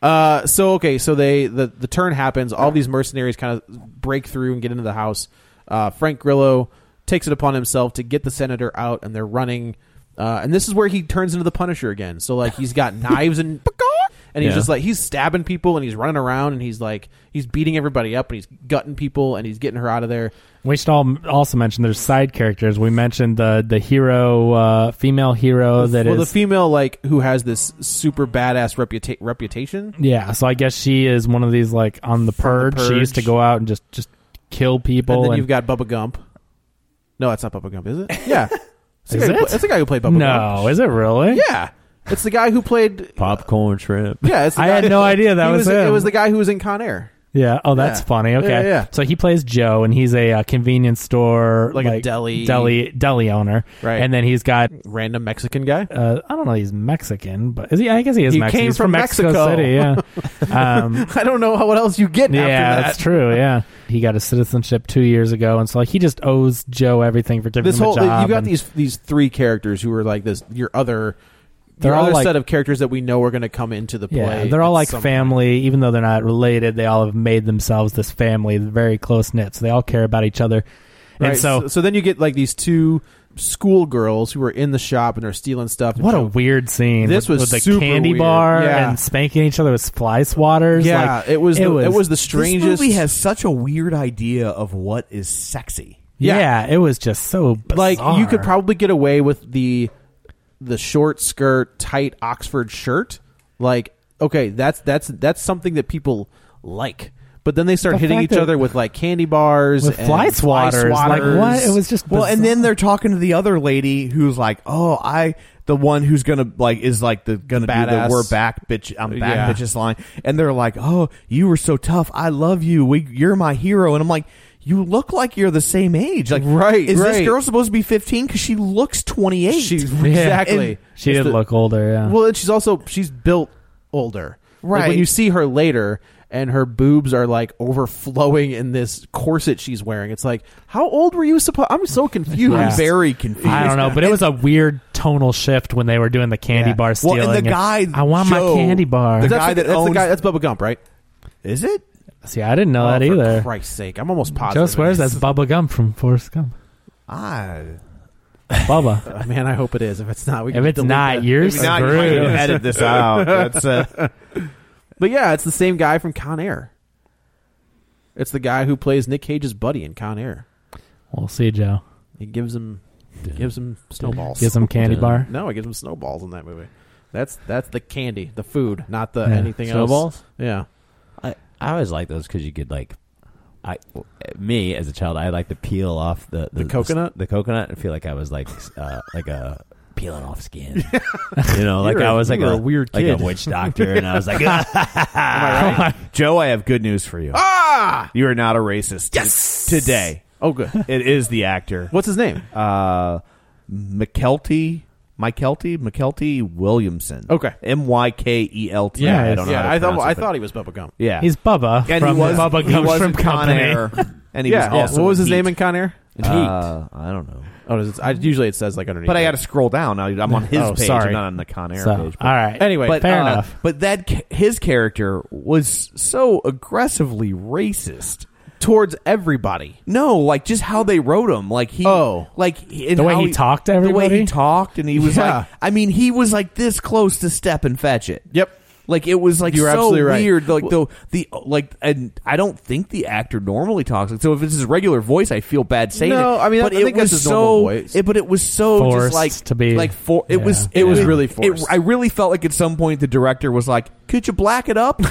uh, so okay, so they the the turn happens. All these mercenaries kind of break through and get into the house. Uh, Frank Grillo takes it upon himself to get the senator out, and they're running. Uh, and this is where he turns into the Punisher again. So like he's got knives and and he's Yeah. just like he's stabbing people and he's running around and he's like he's beating everybody up and he's gutting people and he's getting her out of there. We should all also mention there's side characters. We mentioned the the hero, uh, female hero that is. well, the female like who has this super badass reputa- reputation. yeah, so I guess she is one of these like on the purge. She used to Purge. go out and just just kill people. and then and- you've got Bubba Gump. No, that's not Bubba Gump, is it? Yeah, it's the Is guy who it? pla- it's the guy who played Bubba Gump. no, is it really? Yeah, it's the guy who played. Popcorn shrimp. Yeah, it's the I guy- had no idea that he was It him. was the guy who was in Con Air, Yeah. Oh, that's Yeah. funny. Okay. Yeah, yeah. So he plays Joe, and he's a uh, convenience store, Like a deli- deli, deli owner. Right. And then he's got. random Mexican guy. Uh, I don't know. He's Mexican, but is he? I guess he is. He Mexican. came he's from Mexico, Mexico. City. Yeah. Um, I don't know how, what else you get. yeah, after that. that's true. Yeah, he got his citizenship two years ago, and so like he just owes Joe everything for giving This him whole a job. you got and- these these three characters who are like this. Your other, They're your all other like- set of characters that we know are going to come into the play. yeah, they're all at like some- family, even though they're not related. They all have made themselves this family, very close knit. So they all care about each other, Right. and so. so, then you get like these two schoolgirls who are in the shop and are stealing stuff. and what a Joe- weird scene! This with, was with the super candy weird. bar Yeah. and spanking each other with fly swatters. Yeah, like, it was the- it was the strangest- This movie has such a weird idea of what is sexy. Yeah. it was just so like you could bizarre. probably get away with the the short skirt tight oxford shirt like okay that's that's that's something that people like but then they start The hitting fact each that- other with like candy bars With and fly swatters, like, what? It was just well, and bizarre. then they're talking to the other lady who's like, "Oh, I." The one who's gonna like is like the gonna do the Badass. we're back bitch I'm back Yeah. bitches line, and they're like, oh you were so tough I love you we you're my hero and I'm like you look like you're the same age like Right, is right. this girl supposed to be 15 because she looks 28 She's- And- exactly. she It's did the- look older. Yeah, well and she's also she's built older Like, Right. when you see her later and her boobs are like overflowing in this corset she's wearing it's like how old were you supposed i'm so confused I'm Yeah. very confused. I don't know, but it was a weird tonal shift when they were doing the candy Yeah. bar Well, stealing. and the and, guy, I want Joe, my candy bar. the that's guy the, that that's the owns- guy that's bubba gump right Is it? See, I didn't know that Oh, for either. christ's sake i'm almost positive Joe it swears is. that's Bubba Gump from Forrest Gump. Ah, Bubba. Oh, man, I hope it is. If it's not, we can if it's delete not, that. you're maybe not. You might screwed. have to edit this out. That's uh, But yeah, it's the same guy from Con Air. It's the guy who plays Nick Cage's buddy in Con Air. We'll see, Joe. He gives him gives him snowballs. Get some candy bar. No, he gives him snowballs in that movie. That's that's the candy, the food, not the Yeah. anything else. Snowballs? Yeah. I, I always like those because you could like, I me as a child I like to peel off the the, coconut? the, coconut and feel like I was like uh, like a peeling off skin. you know, like You're I a- was like you're a, a weird like kid. a witch doctor, and I was like, ah, ha, ha, ha. Am I right? Joe, I have good news for you. Ah, you are not a racist. Yes, today. Oh, good. It is the actor. What's his name? Uh, McKelty. McKelty, McKelty Williamson. Okay, M Y K E L T. Yeah, I don't know. yeah, how to I thought- pronounce it, I but- thought he was Bubba Gump. Yeah, He's Bubba and from he was, Bubba he Gump was from in Con Company. Air, and he yeah. Oh, was also what was his in name Heat. in Con Air? Uh, I don't know. Oh, does it, I, usually it says like underneath. But I it. got to scroll down. Now I'm on his Oh, page, sorry. I'm not on the Con Air So, page. all right. Anyway, but, fair uh, enough. But that ca- his character was so aggressively racist towards everybody. No, like just how they wrote him. Like he, oh, like and The way how he talked to The way he everybody? talked, and he was Yeah. like, I mean, he was like this close to step and fetch it. Yep. Like it was like You're so absolutely right. weird. Like Well- the the like, and I don't think the actor normally talks. Like, so if it's his regular voice, I feel bad saying No, it. I mean, I but think it that's was his normal so. voice. It, but it was so Forced just like to be- like for it yeah. was It was really it- forced. I really felt like at some point the director was like, "Could you black it up?"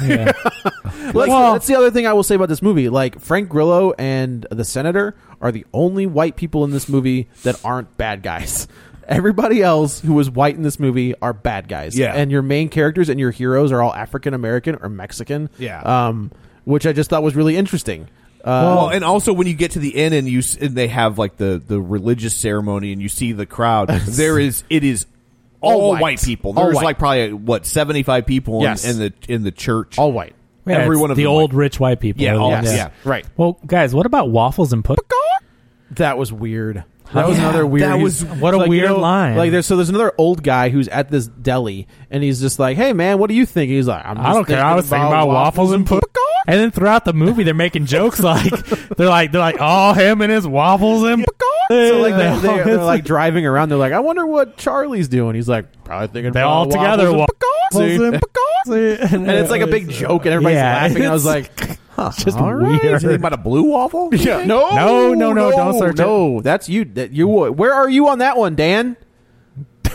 Like, that's the other thing I will say about this movie. Like Frank Grillo and the Senator are the only white people in this movie that aren't bad guys. Everybody else who was white in this movie are bad guys. Yeah. and your main characters and your heroes are all African American or Mexican. Yeah. um, which I just thought was really interesting. Uh, well, Uh, and also when you get to the end and you s- and they have like the the religious ceremony and you see the crowd, there is it is all, All white. white. people. All There's white. like probably what seventy five people in- Yes. in, the in the church. All white. Yeah, Every it's one of the them old white. rich white people. Yeah, They're all- the- yes, yeah, right. Well, guys, what about waffles and pudding? That was weird. That was Yeah, another weird. that was- What a weird line. Like there's so there's another old guy who's at this deli and he's just like, "Hey man, what do you think?" He's like, I'm just I don't care. I was thinking about waffles and pudding. And then throughout the movie, they're making jokes like they're like they're like, oh, him and his waffles and pudding." So like they, Yeah. they're, they're like driving around. They're like, "I wonder what Charlie's doing." He's like, "Probably thinking They about all waffles together and wa- pecans." waffles and pecans. and it's like a big joke, and everybody's Yeah, laughing. And I was like, it's- huh, it's just all right. weird. Is it about a blue waffle? Yeah. No, No, no, no, don't search it. No, that's you. That you. Where are you on that one, Dan?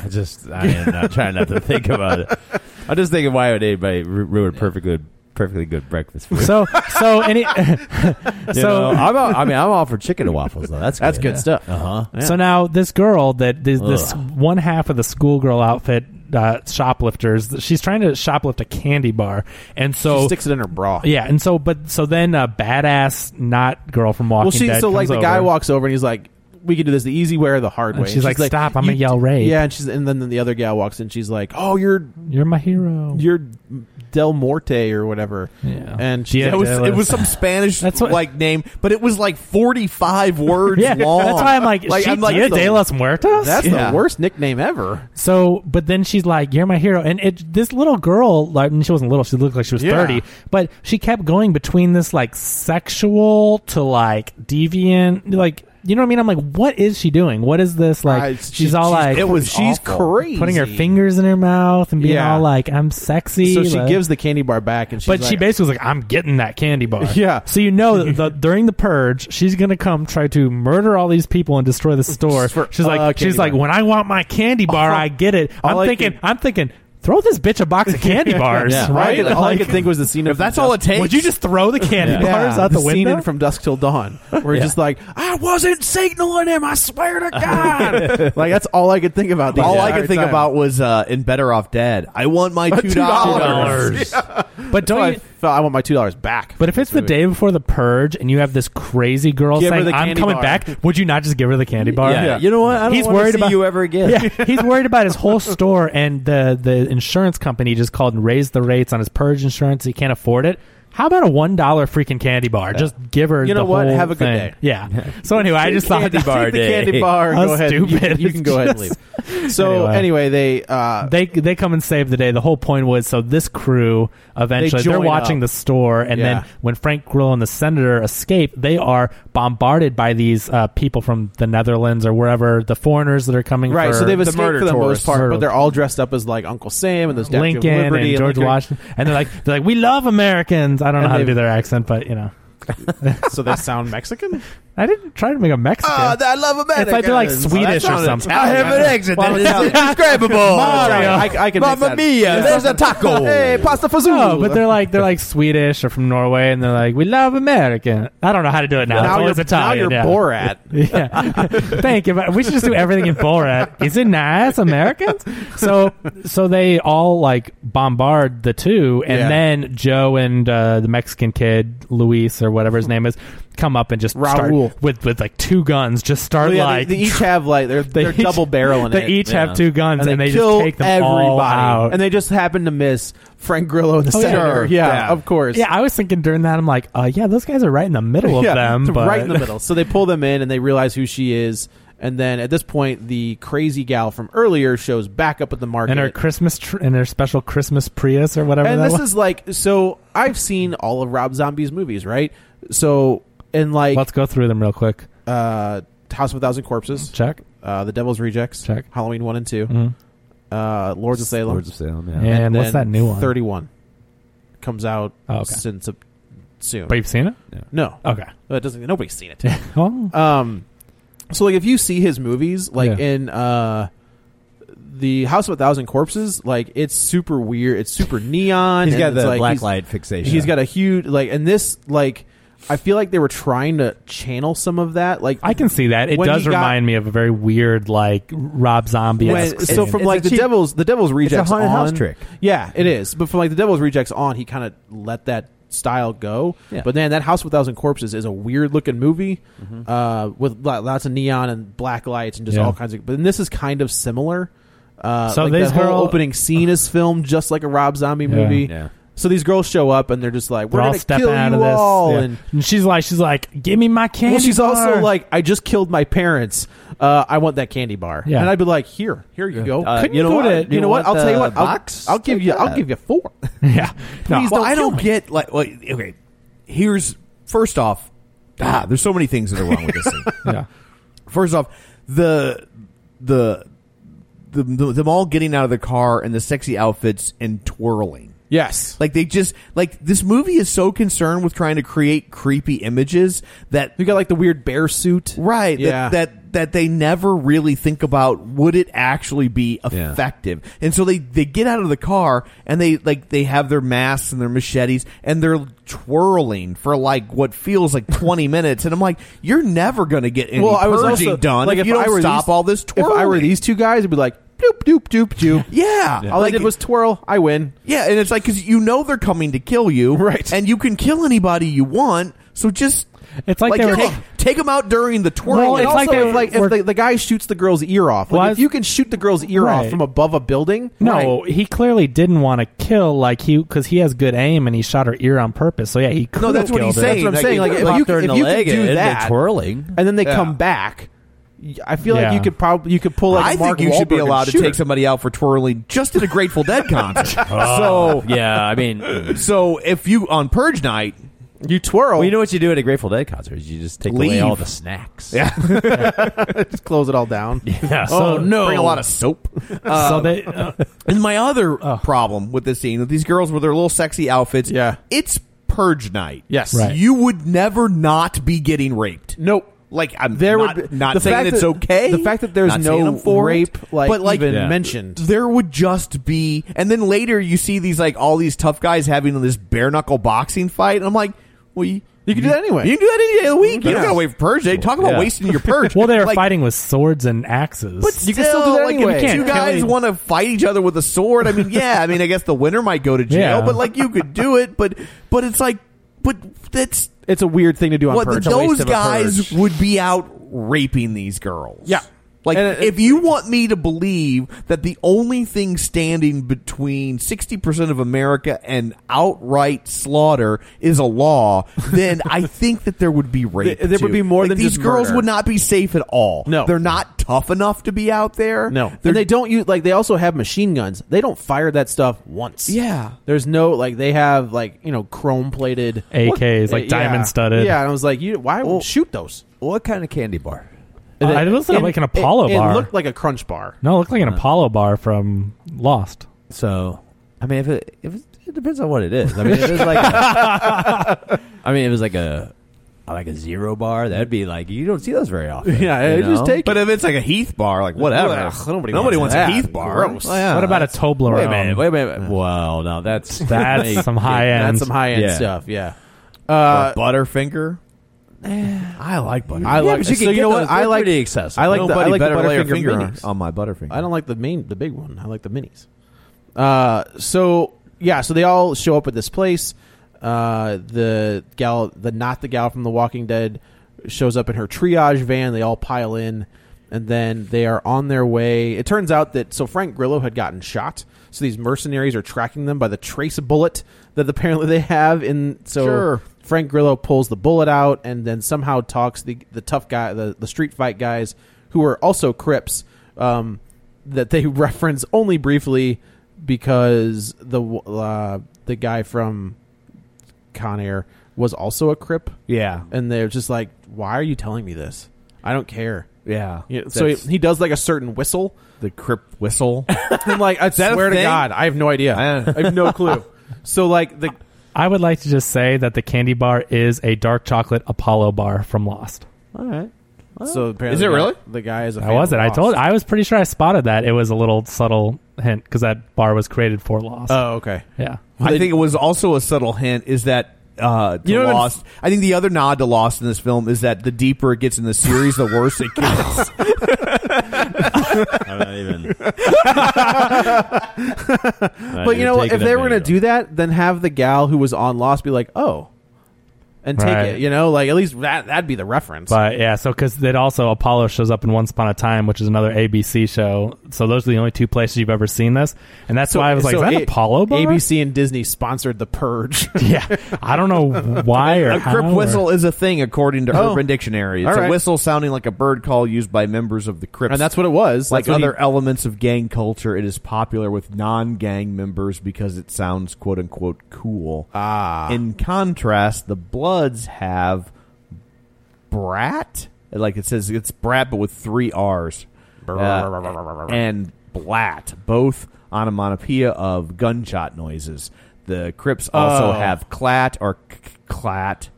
I just I am not trying not to think about it. I'm just thinking why would anybody ru- ruin a perfectly good, perfectly good breakfast? For so so any You so know, I'm all, I mean, I'm all for chicken and waffles though. That's That's good stuff. Uh huh. So now this girl that this, this one half of the schoolgirl outfit uh, shoplifters, she's trying to shoplift a candy bar, and so She sticks it in her bra. yeah, and so but so then a badass not girl from Walking Well, she Dead. so like comes the guy over. walks over and he's like, "We can do this the easy way or the hard And way." she's like, "Stop, I'm gonna you- yell rape." Yeah, and she's and then the other gal walks in. She's like, "Oh, you're You're my hero. you're Del Morte or whatever." Yeah. and she's Yeah, It like, was, it was some Spanish That's what- like name, but it was like forty five words yeah, long. that's why I'm like, she I'm Dia the- de los Muertos. "That's Yeah. the worst nickname ever." So, but then she's like, "You're my hero," and it, this little girl, like, and she wasn't little; she looked like she was Yeah. thirty. But she kept going between this like sexual to like deviant, like you know what I mean. I'm like, what is she doing? What is this like? I- she's, she's- all she's- like, it was she's awful. crazy. putting her fingers in her mouth and being Yeah. all like, "I'm sexy." So she like- gives the candy bar back, and she's but like, she basically was like, "I'm getting that candy bar." Yeah. So you know that the, during the purge, she's gonna come try to murder all these people and destroy the store. Just for she's a like, candy she's like, bar. when I want my candy bar, All- I get it. I'm all I thinking, can- I'm thinking, throw this bitch a box of candy bars, Yeah. right? All I could- all I Like, could think was the scene. If that's all it takes. would you just throw the candy bars out the, scene window? in From Dusk Till Dawn, where he's just like, I wasn't signaling him. I swear to God. like that's all I could think about. the All I entire could think time. about was uh, in Better Off Dead. I want my two $2. dollars. but So don't. I You, felt I want my two dollars back. but if it's the day before the purge and you have this crazy girl Give her saying, the "I'm candy coming bar." back," would you not just give her the candy bar? Yeah. You know what? I don't He's wanna worried see about you ever again. Yeah, he's worried about his whole store, and the the insurance company just called and raised the rates on his purge insurance. He can't afford it. How about a one dollar freaking candy bar? Just give her. You know the what? whole Have a good thing. day. Yeah. So anyway, I just thought candy that- bar the candy bar. How Go ahead. You, stupid. you can go ahead and leave. So Anyway. anyway, they uh, They they come and save the day. The whole point was so this crew eventually They they are join watching up. the store, and Yeah. then when Frank Grillo and the senator escape, they are bombarded by these uh, people from the Netherlands or wherever the foreigners that are coming. right. for So they've escaped murder for the tourists. most part, Murder but they're all dressed up as like Uncle Sam and the Statue Lincoln of Liberty and George Lincoln. Washington, and they're like, they're like, we love Americans. I don't know And how to they- do their accent, but you know, so they sound Mexican. I didn't try to make a Mexican. Oh, Ah, I love America. It's like they're like Swedish or something. I have an exit that is indescribable. Mario. I, I can Mamma that. mia, there's a taco. hey, pasta fazool. No, but they're like they're like Swedish or from Norway, and they're like, "We love American." I don't know how to do it now. Now it's always you're- Italian. now yeah. you're yeah. Thank you. But we should just do everything in Borat. Is it nice, Americans? So so they all like bombard the two, and Yeah. then Joe and uh, the Mexican kid Luis or whatever his name is come up and just Raul. start with with like two guns. Just start Well, yeah, like they, they each have like they're, they are each- double barreling. they it. each have two guns, and they just kill take them all everybody. out. And they just happen to miss Frank Grillo and the Oh, yeah. senator. Yeah, Yeah. of course. Yeah, I was thinking during that, I'm like, uh, yeah, those guys are right in the middle of Yeah, them. it's But right in the middle. So they pull them in and they realize who she is. And then at this point, the crazy gal from earlier shows back up at the market. And her Christmas tr- and her special Christmas Prius or whatever. and that this was. is like so I've seen all of Rob Zombie's movies, right? So and like Let's go through them real quick. uh, House of a Thousand Corpses, Check. uh, The Devil's Rejects, Check. Halloween one and 2 Mhm. uh, Lords of Salem, Lords of Salem, yeah. Yeah, and, what's that new one? Thirty one comes out Oh, okay. since a, soon. But you've seen it? no, Okay. that doesn't. Nobody's seen it. Well, um, so like if you see his movies, like Yeah. in uh, the House of a Thousand Corpses, like it's super weird. It's super neon. He's and got it's, the like, black he's- light fixation. He's got a huge like, and this like, I feel like they were trying to channel some of that. Like I can see that. It when does he got- remind me of a very weird, like Rob Zombie. when, so from It's like a the cheap- devil's the devil's rejects haunted on, house trick. Yeah, it is. But from like the devil's rejects on, he kind of let that style go. Yeah. Mm-hmm. But then that House with Thousand Corpses is a weird looking movie uh, with lo- lots of neon and black lights and just Yeah. all kinds of. But then this is kind of similar. Uh, So like this the whole girl- opening scene is filmed just like a Rob Zombie Yeah. movie. Yeah. So these girls show up and they're just like, "We're we're all gonna stepping kill out you of this. all," Yeah. and And she's like, she's like, give me my candy. well, she's also bar." like, I just killed my parents. Uh, I want that candy bar. Yeah. And I'd be like, here, here you go. Uh, Couldn't you know do what? it. You, You know what? want I'll tell you the what. I'll, box? I'll give Take you. I'll that. give you four. yeah. No. Well, I don't get like. Well, okay, here's first off. Ah, there's so many things that are wrong with this thing. Yeah. First off, the the the, the them all getting out of the car and the sexy outfits and twirling. Yes. Like they just like this movie is so concerned with trying to create creepy images that you got like the weird bear suit. right Yeah. that, that that they never really think about would it actually be Yeah. effective and so they they get out of the car and they like they have their masks and their machetes and they're twirling for like what feels like 20 minutes and i'm like you're never gonna get any well, I was purging also done Like if, you I don't were stop these- all this If twirling I were these two guys, I'd be like, doop doop doop doop. yeah, All like I did was twirl. I win. yeah and it's like because you know they're coming to kill you Right. and you can kill anybody you want so just It's like they were- take, take them out during the twirling Well, And it's also, like they if, like were- if the, the guy shoots the girl's ear off, like Well, I if was- you can shoot the girl's ear off Right. from above a building, No, he clearly didn't want to kill like he because he has good aim and he shot her ear on purpose. So yeah, he could. that's what he's saying. That's what I'm Like, saying. Like if you if pop you there can, in if the you leg could do and they're that, twirling. and then they Yeah. come back, y- I feel like Yeah. you could probably you could pull like I Mark think you should be Wahlberg and allowed to shoot take her. somebody out for twirling just at a Grateful Dead concert. so yeah, I mean, so if you on Purge night, You twirl. well, you know what you do at a Grateful Dead concert is you just take away Leave. all the snacks. Yeah. just close it all down. yeah. So oh no, bring a lot of soap. Uh, Um, so they uh, and my other problem with this scene with these girls with their little sexy outfits, Yeah. it's Purge night. Yes. Right. you would never not be getting raped. Nope. Like I'm There not, would be- not the saying fact it's that- okay. the fact that there's not saying no I'm for it, rape, like, but like even yeah. mentioned. there would just be. And then later you see these like all these tough guys having this bare knuckle boxing fight. And I'm like, well, you, You can do that anyway. You can do that any day of the week. You Yeah. don't gotta wait for purge day. Talk about Yeah. wasting your purge. well, they were Like, fighting with swords and axes. But You can still do that like, anyway. if You two can't kill guys any- want to fight each other with a sword. I mean, yeah. I mean, I guess the winner might go to jail, Yeah. but like you could do it. But but it's like, but that's It's a weird thing to do on what purge. those guys would be out raping these girls. Yeah. Like And it- if you want me to believe that the only thing standing between 60% of America and outright slaughter is a law, then I think that there would be rape. There- there would too. be more Like, than these just girls murder. would not be safe at all. No. They're not tough enough to be out there. No, They're and they don't use like they also have machine guns. They don't fire that stuff once. Yeah. there's no like they have like you know chrome plated AKs, like diamond studded. Yeah, and I was like, you why would shoot those? What kind of candy bar? Uh, it looks like- like an Apollo it, bar. It looked like a crunch bar. no, it looked like an Apollo bar from Lost. So, I mean, if it, if it, it depends on what it is. I mean, it was like, a, I mean, it was like a a like a zero bar. That'd be like you don't see those very often. Yeah, you just know? take. But if it's like a Heath bar, like whatever. Ugh, nobody nobody wants, wants a that. Heath bar. Gross. Oh, yeah, what about a that's- Toblerone? Wait a minute. Wait a minute. Well, now that's That's some high Yeah, end. That's some high end Yeah. stuff. Yeah. Or Uh, Butterfinger. I like Butterfinger. I like- but you so can you get know what? those. I They're like- pretty accessible. I like the- I Nobody like the better lay a Butterfinger finger minis. on my Butterfinger. I don't like the main, the big one. I like the minis. Uh, so yeah, so they all show up at this place. Uh, the gal, the not the gal from The Walking Dead, shows up in her triage van. They all pile in, and then they are on their way. It turns out that so Frank Grillo had gotten shot. So these mercenaries are tracking them by the trace bullet that apparently they have. In so Sure. Frank Grillo pulls the bullet out and then somehow talks the the tough guy, the, the street fight guys who are also Crips, um, that they reference only briefly because the uh, the guy from Con Air was also a Crip, Yeah. and they're just like, "Why are you telling me this? I don't care." Yeah. You know, so he, That's he does like a certain whistle. the Crip whistle. I'm like, I that a swear to thing? God, I have no idea. Man. I have no clue. so like the I would like to just say that the candy bar is a dark chocolate Apollo bar from Lost. All right. so apparently Is it the guy- really? the guy is a That fan of was it. I Lost. told. I was pretty sure I spotted that. It was a little subtle hint because that bar was created for Lost. Oh, okay. yeah. I think it was also a subtle hint is that uh, to You know what I'm- Lost. I think the other nod to Lost in this film is that the deeper it gets in the series, the worse it gets. I'm not even. But you know what? If they were going to do that, then have the gal who was on Lost be like, oh, and take Right. it. You know, like at least that that'd be the reference. But yeah, so because that also Apollo shows up in Once Upon a Time, which is another ABC show. So those are the only two places you've ever seen this, and that's why I was like, so "Is that A- Apollo bar?" ABC and Disney sponsored The Purge. Yeah, I don't know why or a how crip or- whistle is a thing according to Oh. Urban Dictionary. It's All a right. whistle sounding like a bird call used by members of the Crips. and that's what it was. like That's what other he- elements of gang culture, it is popular with non-gang members because it sounds "quote unquote" cool. Ah. In contrast, the Bloods have brat. Like it says, it's brat, but with three R's. Uh, and blat, both onomatopoeia of gunshot noises. The Crips also Oh. have clat or c- c- clat,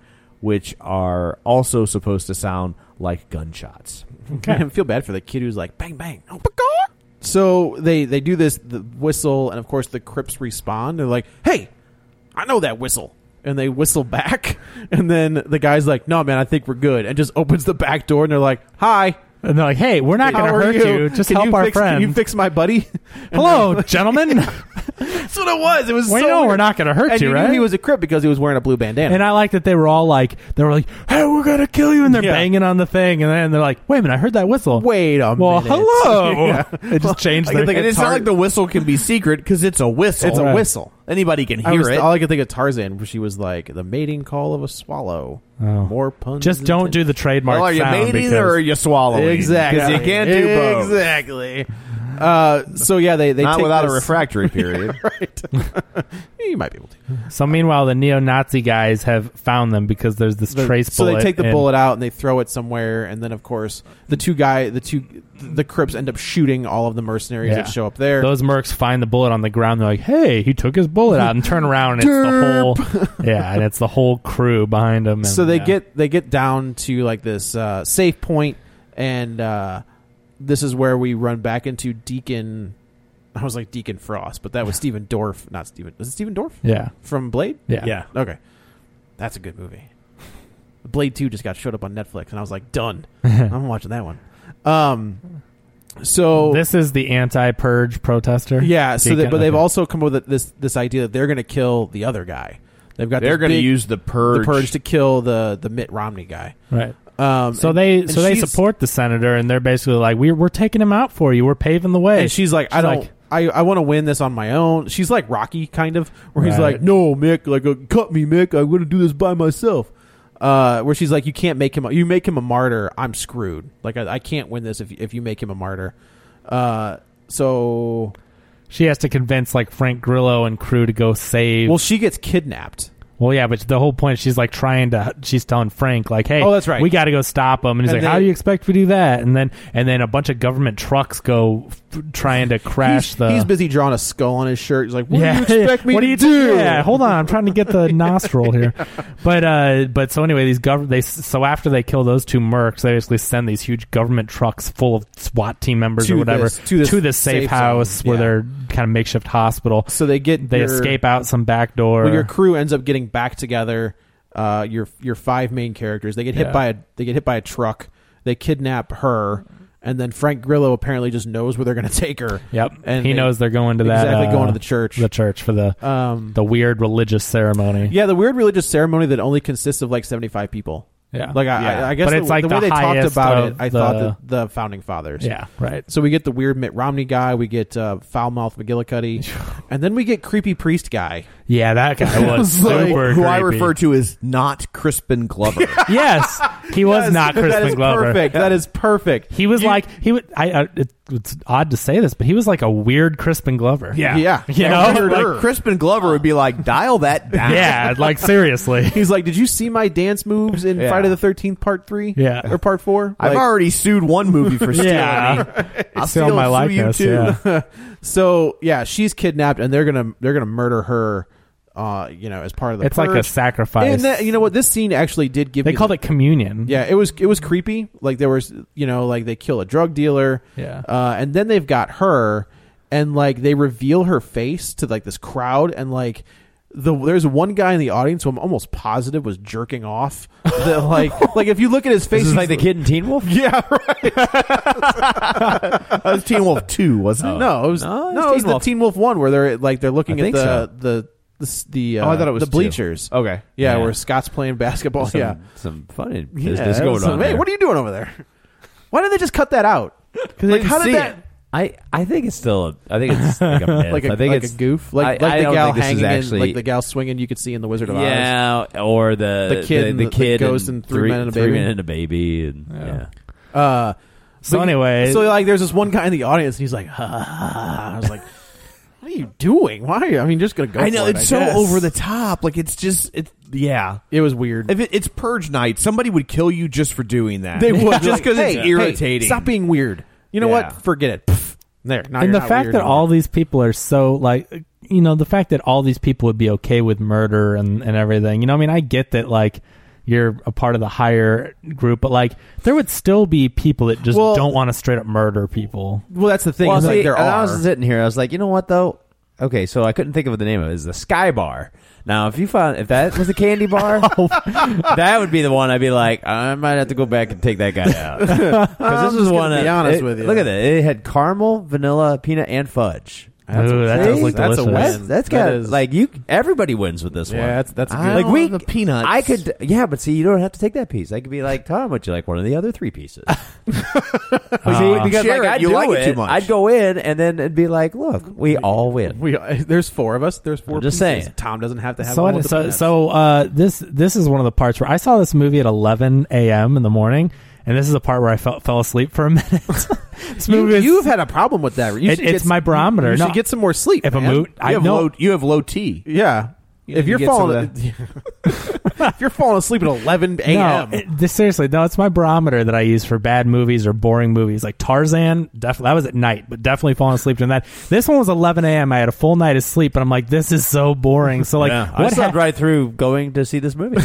which are also supposed to sound like gunshots. I feel bad for the kid who's like bang bang. Oh, pecaw. so they they do this the whistle, and of course the Crips respond. They're like, "Hey, I know that whistle." And they whistle back, and then the guy's like, "No, man, I think we're good," and just opens the back door, and they're like, "Hi, And they're like, "Hey, we're not going How to are hurt you. Just Can help you our fix, friend." Can you fix my buddy? Hello, gentlemen. That's what it was. It was. We so know weird. we're not gonna hurt And you, knew right? he was a crip because he was wearing a blue bandana. And I like that they were all like, they were like, "Hey, we're going to kill you," and they're Yeah. banging on the thing, and then they're like, "Wait a minute, I heard that whistle." Wait a well, minute. hello. It just changed I can their. think and it's not like the whistle can be secret because it's a whistle. It's a Right. whistle. Anybody can I hear was- it. All I could think of Tarzan, where she was like the mating call of a swallow. More puns. Oh. Just don't do the trademark Well, are you sound mating because or are you swallowing? exactly. Because you can't do both. Exactly. Uh, so yeah, they they Not take without a this- refractory period. right. you might be able to. So meanwhile, the neo-Nazi guys have found them because there's this The- trace so bullet. they take the and- bullet out and they throw it somewhere, and then of course the two guy, the two, the Crips end up shooting all of the mercenaries Yeah. that show up there. Those mercs find the bullet on the ground. They're like, "Hey, he took his bullet out!" And turn around, and it's the whole yeah, and it's the whole crew behind him. And, so they yeah. get they get down to like this uh, safe point, and uh, this is where we run back into Deacon. I was like Deacon Frost, but that was Stephen Dorff, not Stephen. Was it Stephen Dorff yeah, from Blade? yeah, Okay, that's a good movie. Blade Two just got showed up on Netflix, and I was like, done. I'm watching that one. Um, so This is the anti-purge protester. yeah, so they, Deacon, but they've okay. also come up with this this idea that they're going to kill the other guy. They've got They're going to use the purge. the purge to kill the the Mitt Romney guy. right. Um, So and- they and so they she's- support the senator, and they're basically like, "We're we're taking him out for you. We're paving the way." And she's like, I don't. like- I, I want to win this on my own. She's like Rocky, kind of, where he's Right. like, "No, Mick, like, uh, cut me, Mick. I'm gonna do this by myself." Uh, where she's like, "You can't make him. A, you make him a martyr. I'm screwed. Like, I, I can't win this if if you make him a martyr." Uh, so she has to convince like Frank Grillo and crew to go save. well, she gets kidnapped. Well, yeah, but the whole point, she's like trying to, she's telling Frank, like, "Hey, Oh, that's right. we got to go stop him." And he's And like, they- "How do you expect we do that?" And then, and then a bunch of government trucks go f- trying to crash he's, the. he's busy drawing a skull on his shirt. He's like, "What yeah, do you expect me what to do you do?" Yeah, hold on, I'm trying to get the nostril here. But uh, but so anyway, these government they so after they kill those two mercs, they basically send these huge government trucks full of SWAT team members To or whatever this- to this safe, safe house zone, where yeah. they're kind of makeshift hospital. So they get they your- escape out some back door. When your crew ends up getting back together, uh, your your five main characters they get hit Yeah. by a they get hit by a truck. They kidnap her, and then Frank Grillo apparently just knows where they're going to take her. Yep, and he they- knows they're going to that exactly uh, going to the church. the church for the Um, the weird religious ceremony. yeah, the weird religious ceremony that only consists of like seventy five people. Yeah. like I, Yeah. I, I guess But the, it's like the way the they talked highest about it, of I thought the- that the founding fathers. Yeah, right. So we get the weird Mitt Romney guy, we get uh, foul-mouthed McGillicuddy, and then we get creepy priest guy. Yeah, that guy was Who I- super who I creepy. refer to as not Crispin Glover. Yes, he was not Crispin that is Glover. perfect. That is perfect. He was like he would. I, I it, it's odd to say this, but he was like a weird Crispin Glover. yeah, You know? like Crispin Glover would be like, dial that down. yeah, like seriously. He's like, did you see my dance moves in Yeah. Friday the Thirteenth Part Three? Yeah. or Part Four. I've Like, already sued one movie for stealing. I'll Steal steal my it through you likeness. too. Yeah. so yeah, she's kidnapped, and they're gonna they're gonna murder her. Uh, you know, as part of the It's like a purge. sacrifice. And that, you know what? This scene actually did give. they me called the- it communion. Yeah, it was it was creepy. Like there was, you know, like they kill a drug dealer. Yeah. uh, and then they've got her, and like they reveal her face to like this crowd, and like the there's one guy in the audience who I'm almost positive was jerking off. That like like if you look at his face, This is he's- like the kid in Teen Wolf. Yeah, right. That was Teen Wolf Two, wasn't it? No, it was No, no, it's it was Teen the Wolf. Teen Wolf one where they're like they're looking I at think the, so. the the s- the uh, Oh, I thought it was the two. bleachers. Okay. yeah, Yeah. where Scott's playing basketball. Some, yeah, some funny Yeah, business that going was some- on. Hey, there. what are you doing over there? Why didn't they just cut that out? They Like, didn't how did see that? it. I, I think it's still a, I think it's like a myth. Like a, I think like it's a goof, like, I, like I the don't gal think this is hanging actually, in, like the gal swinging you could see in The Wizard of Oz. yeah, or the The kid and the, the- that kid goes and in Three Men and a Three Baby. Men and a Baby, and yeah. Uh, So but- anyway- so like, there's this one guy in the audience, and he's like, ha, ha, ha. I was like, what are you doing? Why? Are you, I mean, just gonna go. I know for it, it's so guess. over the top. Like it's just it's yeah. It was weird. If it, it's purge night, somebody would kill you just for doing that. they would just because like, it's hey, irritating. hey, stop being weird. You know Yeah. what? Forget it. Pff, there. Now and you're the not fact weird that anymore. all these people are so like you know the fact that all these people would be okay with murder and and everything you know i mean i get that like you're a part of the higher group but like there would still be people that just Well- don't want to straight up murder people well, that's the thing. Well, is, see, like, there and I are. was sitting here. I was like, you know what though? Okay, so I couldn't think of what the name of it is. The Sky Bar. Now, if you found if that was a candy bar, Oh. that would be the one. I'd be like, I might have to go back and take that guy out because this was one. gonna that- be honest it- with you. Look at it. It had caramel, vanilla, peanut, and fudge. Ooh, that See? does look That's a win. delicious. That's, that's That got is- like you. Everybody wins with this Yeah, one. that's- that's I good. don't Like, we- know the peanuts. I could. Yeah, but see, you don't have to take that piece. I could be like Tom. Would you like one of the other three pieces? See, because Share Uh, like, it. I'd You do like it too much. I'd go in and then it'd be like, look, we all win. we there's four of us. There's 4 I'm just pieces. saying. Tom doesn't have to have. so one I- with the so, peanuts. so uh, this this is one of the parts where I saw this movie at 11 a.m. in the morning, and this is the part where I fell fell asleep for a minute. this movie you, is- you've had a problem with that. You It- should it's get- my barometer. You No. should get some more sleep. If a man. mood- You I have know- low. You have low T. Yeah. if need you're to get some falling, of if you're falling asleep at 11 no, a.m. it- this, seriously, no, it's my barometer that I use for bad movies or boring movies. Like Tarzan, definitely that was at night, but definitely falling asleep during that. This one was 11 a.m. I had a full night of sleep, and I'm like, this is so boring. So like, Yeah, I what slept hap- right through going to see this movie.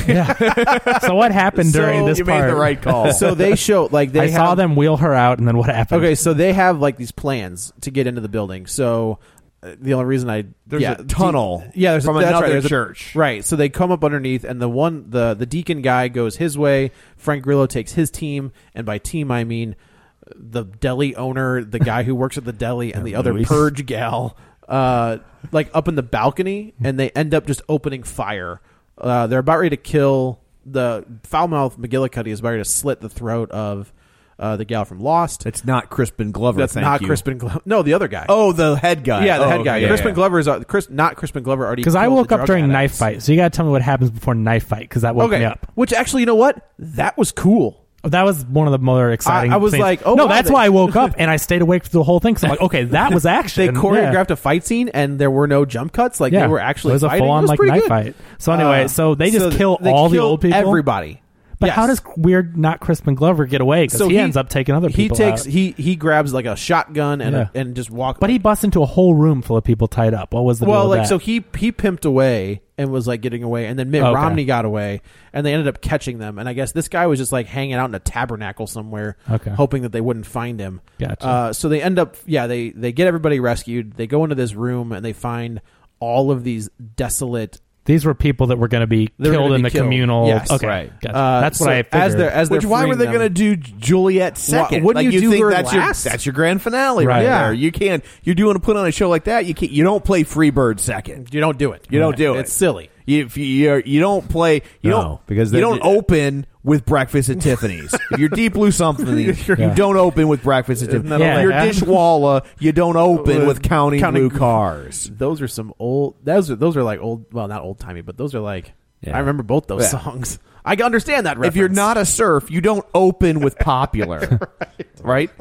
so what happened during So this you part? made the right call. so they show like they I have, saw them wheel her out, and then what happened? Okay, so they have like these plans to get into the building. So uh, the only reason I There's yeah, a tunnel de- yeah, there's from a, that's another right, there's a- church. right. So they come up underneath, and the one the the deacon guy goes his way. Frank Grillo takes his team, and by team I mean uh, the deli owner, the guy who works at the deli, and the other Luis. purge gal, uh, like up in the balcony, and they end up just opening fire. Uh, they're about ready to kill the foul mouth McGillicuddy is about ready to slit the throat of uh, the gal from Lost. It's not Crispin Glover. That's thank not you. Crispin Glover. No, the other guy. Oh, the head guy. yeah, the Oh, head guy. okay. Crispin Glover is uh, Chris, not Crispin Glover already. Because I killed woke the up drug during addicts. knife fight, so you got to tell me what happens before knife fight, because that woke Okay, me up. which actually, you know what? That was cool. That was one of the more exciting. I was things. like, oh, no, wow, that's they- why I woke up and I stayed awake through the whole thing. So I'm like, okay, that was action. they choreographed a fight scene and there were no jump cuts. Like Yeah. they were actually It was a fighting. full-on, It was like, pretty knife good. Uh, fight. So anyway, so they just kill they all the kill old people? Everybody. But Yes. how does weird not Crispin Glover get away? Because he, ends up taking other people. He takes out. he he grabs like a shotgun and a, Yeah. and just walk. but he busts into a whole room full of people tied up. What was the well, deal with like that? so he he pimped away and was like getting away, and then Mitt Okay. Romney got away, and they ended up catching them. And I guess this guy was just like hanging out in a tabernacle somewhere, Okay. hoping that they wouldn't find him. Gotcha. Uh, so they end up, yeah, they they get everybody rescued. They go into this room and they find all of these desolate These were people that were going to be They were killed gonna in be the killed. communal. Yes. Okay, Right. gotcha. Uh, that's what so I figured. as they're- as they're Which why were freeing they them. going to do Juliet second? wouldn't like, you do her that's last? your that's your grand finale right, Right. Yeah. there. You can't. You do want to put on a show like that. You can't. You don't play Freebird second. You don't do it. You don't do it. It's silly. You, if you you're, you don't play, you No, don't because uh, you they're- don't open with Breakfast at Tiffany's. if you're Deep Blue something, you Yeah. don't open with Breakfast at Tiffany's. that all If you're they had? Dishwalla, you don't open with Uh, Counting, Counting- Blue Cars. Those are some old. Those are those are like old. Well, not old timey, but those are like. Yeah. I remember both those Yeah. songs. I understand that. Reference. If you're not a surf, you don't open with Popular, right?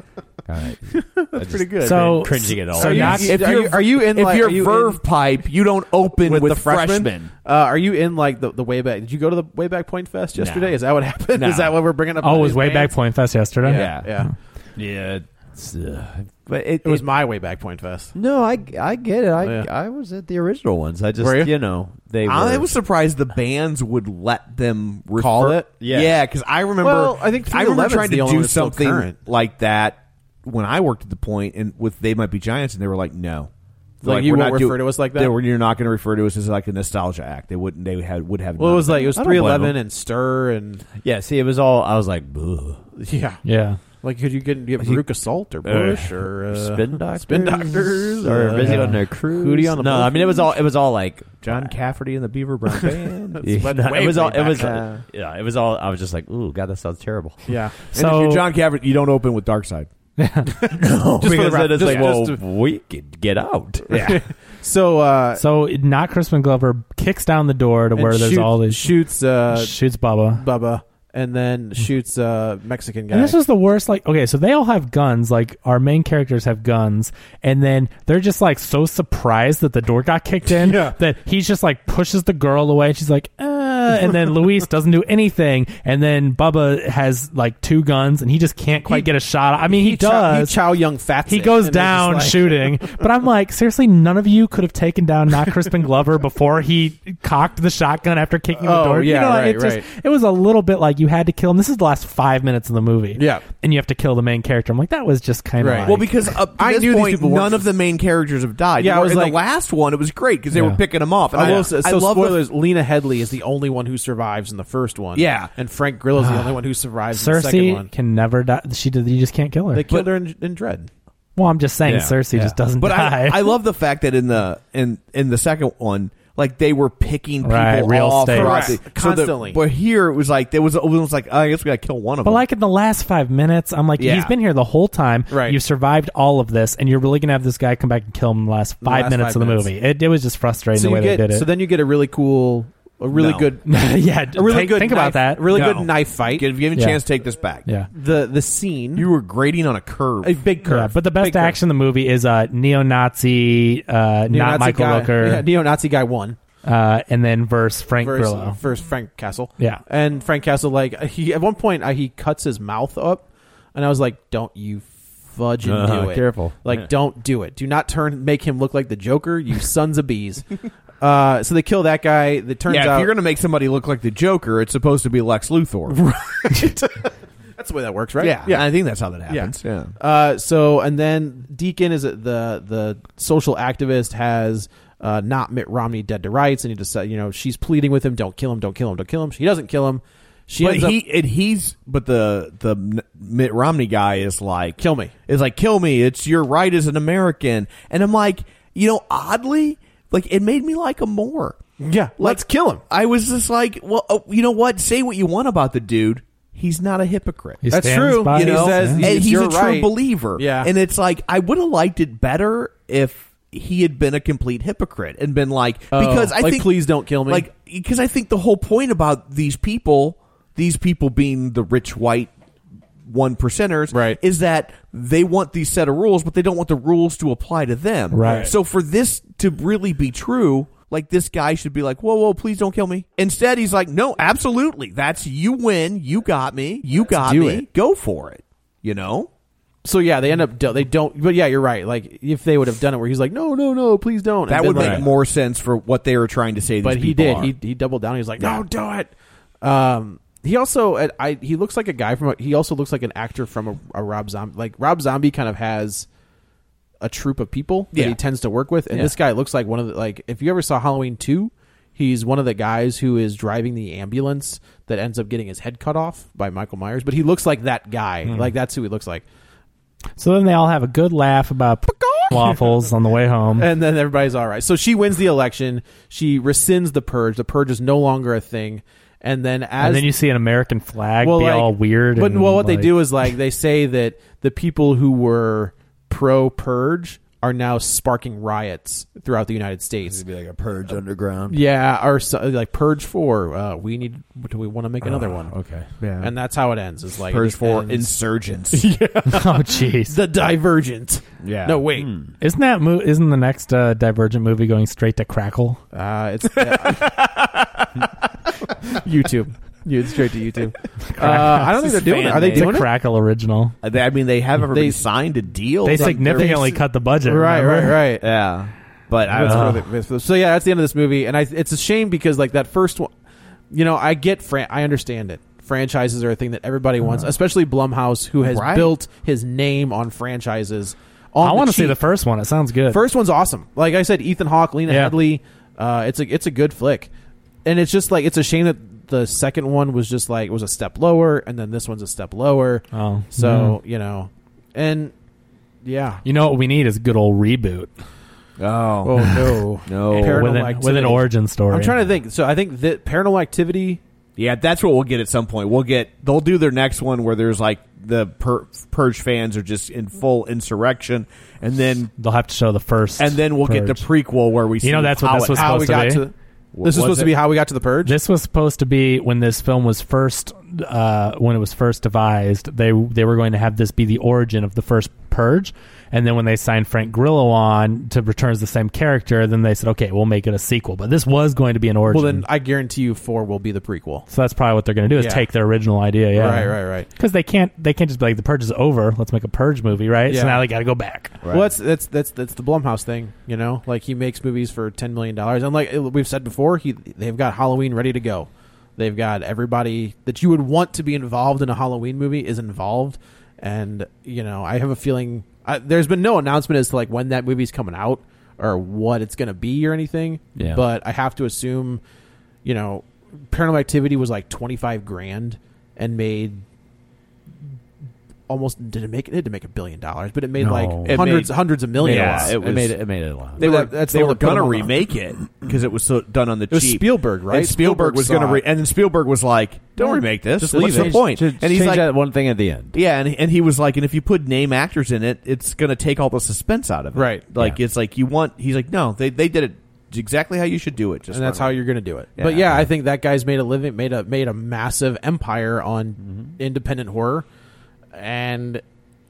that's pretty good. so cringing at all. So Are you- not, If you're- are you in If like- you're are you Verve in- Pipe, you don't open with, with, the freshmen. freshmen. Uh, are you in like the, the way back? Did you go to the way back point fest yesterday? Is that what happened? No. Is that what we're bringing up? oh, all it was these way back bands? point fest yesterday. Yeah, yeah. Yeah, it's, uh, but it, It was it- my way back point fest. no. I I get it. I Yeah. I was at the original ones. I just Were you? know they. Were, I Uh, was surprised the bands would let them refer- Call it? Yeah. yeah. Because I remember, Well, I think I remember 311's trying the to only do one that's still something current. like that when I worked at the point, and with they might be giants, and they were like, no. Like, you won't refer to us like that? They were, you're not going to refer to us as like a nostalgia act. They wouldn't. They had would have. Well, it none was of like it was I don't blame three eleven them. and stir and yeah. See, it was all. I was like, Ugh. yeah, yeah. Like could you get get Veruca uh, Salt or Bush or uh, spin doctors, Spin Doctors or uh, busy yeah. on their cruise. Hootie on the no, Blowfish? I mean it was all it was all like John Cafferty and the Beaver Brown Band. Yeah, way, no, it was way all it back was then. uh, yeah, it was all. I was just like, ooh, god, that sounds terrible. Yeah. And if So you're John Cavett, you don't open with Dark Side. no, for because the then rap- it's just- like, well, just to- we could get out. Yeah. so uh, so not Crispin Glover kicks down the door to and where there's shoot- all these shoots uh, shoots Bubba. Bubba and then shoots uh, Mexican guy. And this was the worst. Like, okay, so they all have guns. Like, our main characters have guns, and then they're just like so surprised that the door got kicked in Yeah. that he's just like pushes the girl away, and she's like, uh, and then Luis doesn't do anything, and then Bubba has like two guns, and he just can't quite He- get a shot. I mean, he, chow- does. he Chow Young Fats. he it, goes and they're just down like- shooting, but I'm like, seriously, none of you could have taken down not Crispin Glover before he cocked the shotgun after kicking Oh, the door. yeah, you know, right, it just right. it was a little bit like you had to kill him. This is the last five minutes of the movie, Yeah. and you have to kill the main character. I'm like, that was just kind of Right. like, Well, because up to I this knew these point, people weren't- none of the main characters have died. Yeah, I Where was in like- the last one. It was great because they Yeah. were picking them off. And I I, will say, so I love the- spoilers. Lena Headley is the only one who survives in the first one. Yeah. and Frank Grillo Ah. is the only one who survives in the second one. Cersei can never die. She did. You just can't kill her. they killed her in, in Dread. well, I'm just saying, Yeah, Cersei yeah. just doesn't but die. I, I love the fact that in the in in the second one, like they were picking people Right, real off estate. throughout Correct. the- so the- Constantly. but here it was like there was it was like "Oh, I guess we got to kill one of But them. like in the last five minutes, I'm like, Yeah. he's been here the whole time. Right. You've survived all of this, and you're really gonna have this guy come back and kill him in the last the five last minutes five of the minutes. movie. It, it was just frustrating So the you way get they did it. so then you get a really cool, a really No. good, yeah, a really take- good. Think knife, about that. Really No. good knife fight. give, give him a Yeah. chance, to take this back. Yeah. the the scene. you were grading on a curve. a big curve. Yeah, but the best Big curve. action in the movie is uh, neo-Nazi, uh, not Neo-Nazi Michael guy, Yeah, Rooker, neo-Nazi guy won uh, and then verse Frank versus, Grillo. versus Frank Castle. Yeah. and Frank Castle like he at one point uh, he cuts his mouth up, and I was like, "Don't you fudge and Uh-huh, do it! careful. like don't do it. Do not turn make him look like the Joker. You sons of bees." uh, so they kill that guy. That turns yeah, out if you're gonna make somebody look like the Joker, it's supposed to be Lex Luthor. that's the way that works, right? Yeah, yeah. I think that's how that Yeah. happens. Yeah. Uh, so and then Deacon is the the social activist has uh, not Mitt Romney dead to rights, and he just you know she's pleading with him, don't kill him, don't kill him, don't kill him. She doesn't kill him. She But ends up- he and he's but the the N- Mitt Romney guy is like Kill me. Is like kill me. It's your right as an American. And I'm like, you know, oddly, like it made me like him more. yeah, let's kill him. I was just like, well, oh, you know what? Say what you want about the dude. He's not a hypocrite. He That's stands true. by You his- know, says- yeah. and he's- he's you're a true right. believer. Yeah. and it's like I would have liked it better if he had been a complete hypocrite and been like, because Oh, I like, think please don't kill me. like because I think the whole point about these people, these people being the rich white one percenters, right. is that they want these set of rules, but they don't want the rules to apply to them. Right. So for this to really be true, like this guy should be like, whoa, whoa, please don't kill me. Instead, he's like, no, absolutely. That's you win. You got me. You got do me. it. Go for it. You know. So yeah, they end up do- they don't. But yeah, you're right. Like if they would have done it where he's like, no, no, no, please don't. That and then, would make like, more sense for what they were trying to say. These But he people did. are. He he doubled down. He was like, no, do it. Um, he also I, I he looks like a guy from. A, he also looks like an actor from a, a Rob Zombie. Like Rob Zombie kind of has a troop of people that Yeah. he tends to work with, and Yeah. this guy looks like one of the like if you ever saw Halloween two. He's one of the guys who is driving the ambulance that ends up getting his head cut off by Michael Myers, but he looks like that guy. Hmm. Like that's who he looks like. So then they all have a good laugh about waffles on the way home. and then everybody's all right. So she wins the election. She rescinds the purge. The purge is no longer a thing. And then as and then you see an American flag be all weird. But and, well, what they like- do is like they say that the people who were pro purge are now sparking riots throughout the United States. be like a purge underground. Yeah, or so, like Purge Four. Uh, we need. Do we want to make Ah, another one? okay. Yeah. and that's how it ends. Is like it Purge just for ends- insurgents. Oh, jeez. the Divergent. Yeah. Hmm. No, wait. Isn't that mo- isn't the next uh, Divergent movie going straight to Crackle? Uh, it's YouTube. You straight to YouTube. Uh, I don't think they're doing it. Are they It's a doing it? Crackle original. They- I mean, they have everybody signed a deal. They Like, significantly cut the budget. Right, remember? right, right. Yeah, but I That's don't know. where they- that's- so yeah, that's the end of this movie, and I, it's a shame because like that first one, you know, I get, fran- I understand it. Franchises are a thing that everybody wants, especially Blumhouse, who has Right. built his name on franchises. I want to see the first one. It sounds good. First one's awesome. Like I said, Ethan Hawke, Lena Yeah. Headley. Uh, it's a it's a good flick, and it's just like it's a shame that the second one was just like it was a step lower, and then this one's a step lower. Oh. so you know, and yeah, you know what we need is a good old reboot Oh oh no, no. Paranormal with an, Activity. with an origin story. I'm trying to think. So I think that Paranormal Activity. Yeah, that's what we'll get at some point. We'll get they'll do their next one where there's like the pur- purge fans are just in full insurrection, and then They'll have to show the first, and then we'll get the Purge. prequel where we see know, that's what how this it- was how supposed we to got be. to. This is was supposed to it? be how we got to the purge. This was supposed to be when this film was first, uh, when it was first devised. They they were going to have this be the origin of the first Purge, and then when they signed Frank Grillo on to return as the same character, then they said, okay, we'll make it a sequel. But this was going to be an origin. well, then I guarantee you four will be the prequel. so that's probably what they're going to do is Yeah. take their original idea. Yeah, Right, right, right. Because they can't they can't just be like the Purge is over. Let's make a Purge movie, right? Yeah. So now they got to go back. Well, that's that's that's that's the Blumhouse thing, you know. Like he makes movies for ten million dollars, and like we've said before, he they've got Halloween ready to go. They've got everybody that you would want to be involved in a Halloween movie is involved, and you know I have a feeling I, there's been no announcement as to like when that movie's coming out or what it's going to be or anything. Yeah. But I have to assume, you know, Paranormal Activity was like twenty five grand and made. Almost did it make it did make a billion dollars, but it made No. like It hundreds made- hundreds of millions. Yeah, It, It was- made it, it made it a lot. They were That- that's they the were one that put gonna them on. remake it because it was so done on the It was cheap. Spielberg, right? And Spielberg, Spielberg was saw going to, re- it. and then Spielberg was like, "Don't Yeah. remake this. Just What's leave the it. point?" Just and he's change like, that one thing at the end. Yeah, and and he was like, and if you put name actors in it, it's going to take all the suspense out of it. Right. Like Yeah. it's like you want. He's like, no, they they did it exactly how you should do it. Just and that's run how it. you're going to do it. Yeah. but yeah, I think that guy's made a living, made a made a massive empire on Mm-hmm. independent horror, and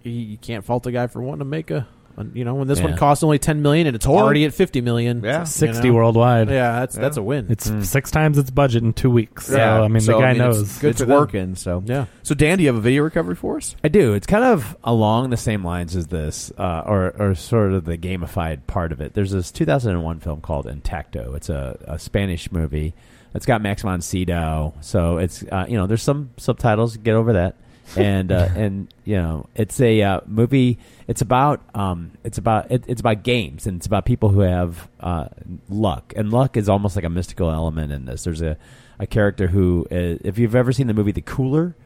you, you can't fault a guy for wanting to make a, a- you know, when this one Yeah. costs only ten million and it's Horror. already at fifty million, Yeah. you Sixty know? worldwide. Yeah, that's that's a win. It's six times its budget in two weeks. So, I mean, Hmm. So, the guy I mean, it's- knows. Good it's for them. working. So Yeah. So Dan, do you have a video recovery for us? I do. It's kind of along the same lines as this, uh, or or sort of the gamified part of it. There's this 2001 film called Intacto. It's a, a Spanish movie. It's got Max von Sydow, so it's uh, you know there's some subtitles. Get over that, and uh, and you know it's a uh, movie. It's about um it's about it, it's about games and it's about people who have uh, luck and luck is almost like a mystical element in this. There's a a character who uh, if you've ever seen the movie The Cooler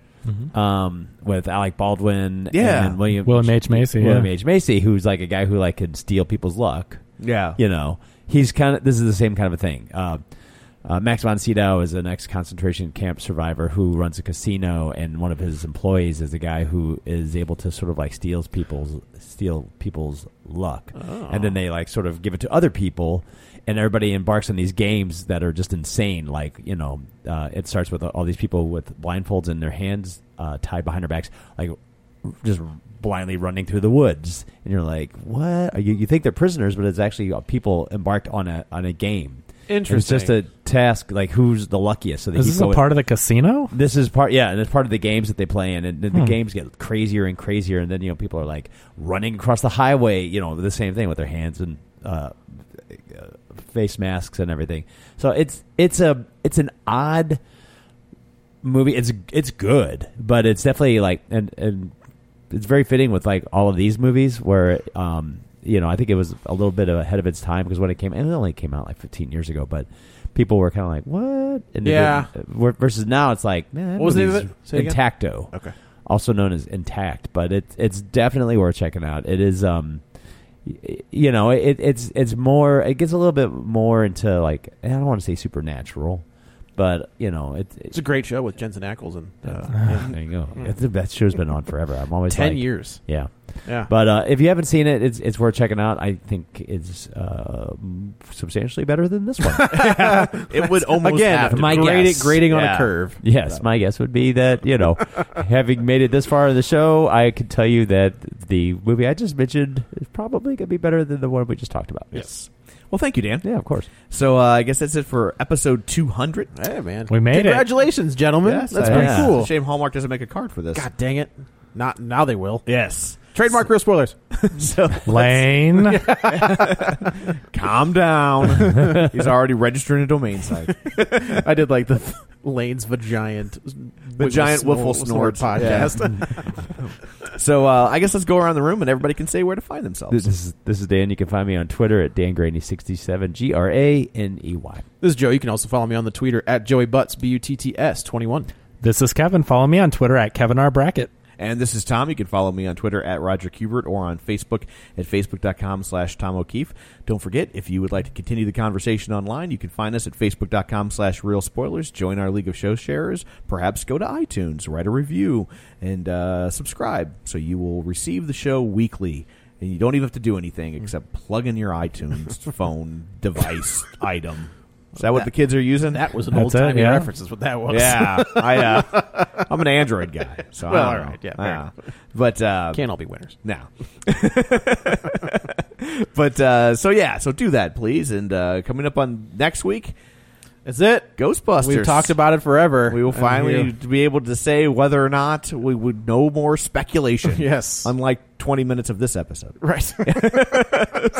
um, with Alec Baldwin Yeah. and William William H. Macy, yeah. William H. Macy, who's like a guy who like could steal people's luck. Yeah. You know, he's kind of this is the same kind of a thing. Uh, Uh, Max von Sydow is an ex concentration camp survivor who runs a casino, and one of his employees is a guy who is able to sort of like steals people's steal people's luck, Oh. and then they like sort of give it to other people, and everybody embarks on these games that are just insane. Like you know, uh, it starts with all these people with blindfolds and their hands uh, tied behind their backs, like just blindly running through the woods, and you're like, what? You, you think they're prisoners, but it's actually uh, people embarked on a on a game. It's just Interesting. a task like who's the luckiest. So they Is keep this a going- part of the casino? This is part, yeah, and it's part of the games that they play, in, and then the Hmm. games get crazier and crazier, and then you know people are like running across the highway, you know, the same thing with their hands and uh, uh, face masks and everything. So it's it's a it's an odd movie. It's it's good, but it's definitely like and and it's very fitting with like all of these movies where um you know I think it was a little bit ahead of its time because when it came and it only came out like 15 years ago, but people were kind of like what and they Yeah. didn't- where- versus now it's like man that What was the name of movie's it? Say it again. Intacto Okay. also known as Intact, but it's it's definitely worth checking out. It is um y- you know, it it's it's more it gets a little bit more into like I don't want to say supernatural, but you know, it, It's a great show with Jensen Ackles and uh, there you go. It's, that show's been on forever. I'm always 10 like- years. Yeah, Yeah. But uh, if you haven't seen it, it's it's worth checking out. I think it's uh, substantially better than this one. It would almost again have to my be. Grade guess, it- grading on a yeah. curve. Yes, my guess would be that you know, having made it this far in the show, I could tell you that the movie I just mentioned is probably gonna be better than the one we just talked about. Yes. Well, thank you, Dan. Yeah, of course. So uh, I guess that's it for episode 200. Hey, man. We made it. Congratulations, gentlemen. Yes, That's I- pretty Uh, yeah. cool. It's a shame Hallmark doesn't make a card for this. God dang it. Not Now they will. Yes. Trademark real spoilers. So Lane. calm down. He's already registering a domain site. I did like the Lane's Vagiant. The giant wiffle snort podcast. so uh, I guess let's go around the room and everybody can say where to find themselves. This is this is Dan. You can find me on Twitter at Dan sixty seven G R A N E Y. This is Joe. You can also follow me on the Twitter at Joey Butts, B U T T S 21. this is Kevin. Follow me on Twitter at Kevin R. Brackett. And this is Tom. You can follow me on Twitter at Roger Kubert or on Facebook at facebook.com slash Tom O'Keefe. Don't forget, if you would like to continue the conversation online, you can find us at facebook.com slash real spoilers. Join our League of Show Sharers. Perhaps go to iTunes, write a review, and uh, subscribe so you will receive the show weekly. And you don't even have to do anything except plug in your iTunes phone device item. Is that what the kids are using? That was an That's old timey it, yeah. reference, is what that was. Yeah, I, uh, I'm an Android guy. So Well, I all don't know. right, yeah, I fair don't enough. know. but uh, Can't all be winners. now. but uh, so yeah, so do that please. And uh, coming up on next week, That's it. Ghostbusters. We've talked about it forever. We will And finally you- be able to say whether or not we would no more speculation. Yes. unlike twenty minutes of this episode. Right.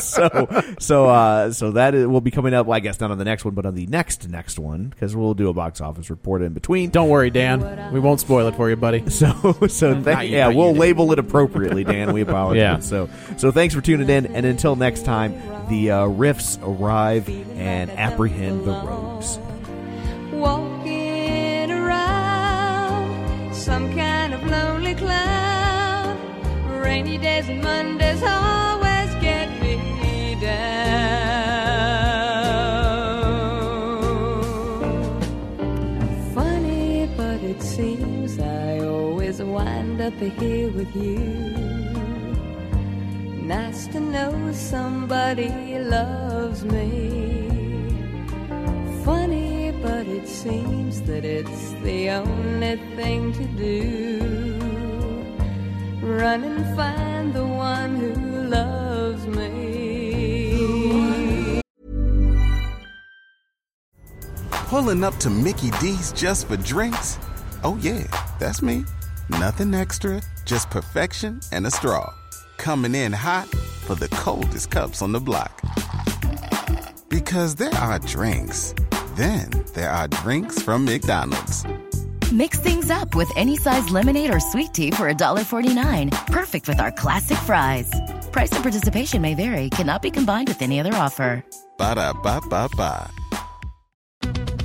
so so uh, so that is, will be coming up. Well, I guess not on the next one, but on the next next one because we'll do a box office report in between. Don't worry, Dan. We won't spoil it for you, buddy. So, so thank, you, yeah, not you, we'll Dan. label it appropriately, Dan. We apologize. Yeah. So, so thanks for tuning in, and until next time, the uh, riffs arrive and apprehend the rogues. Walking around some kind of lonely cloud. Rainy days and Mondays always get me down. Funny, but it seems I always wind up here with you. Nice to know somebody loves me. Funny, but it seems that it's the only thing to do. Run and find the one who loves me. Pulling up to Mickey D's just for drinks? Oh, yeah, that's me. Nothing extra, just perfection and a straw. Coming in hot for the coldest cups on the block. Because there are drinks, then there are drinks from McDonald's. Mix things up with any size lemonade or sweet tea for $1.49. Perfect with our classic fries. Price and participation may vary, cannot be combined with any other offer. Ba da ba ba ba.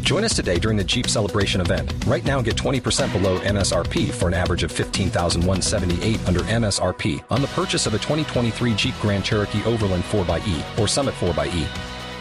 Join us today during the Jeep Celebration event. Right now, get 20% below MSRP for an average of 15178 under E MSRP on the purchase of a 2023 Jeep Grand Cherokee Overland 4xE or Summit 4xE.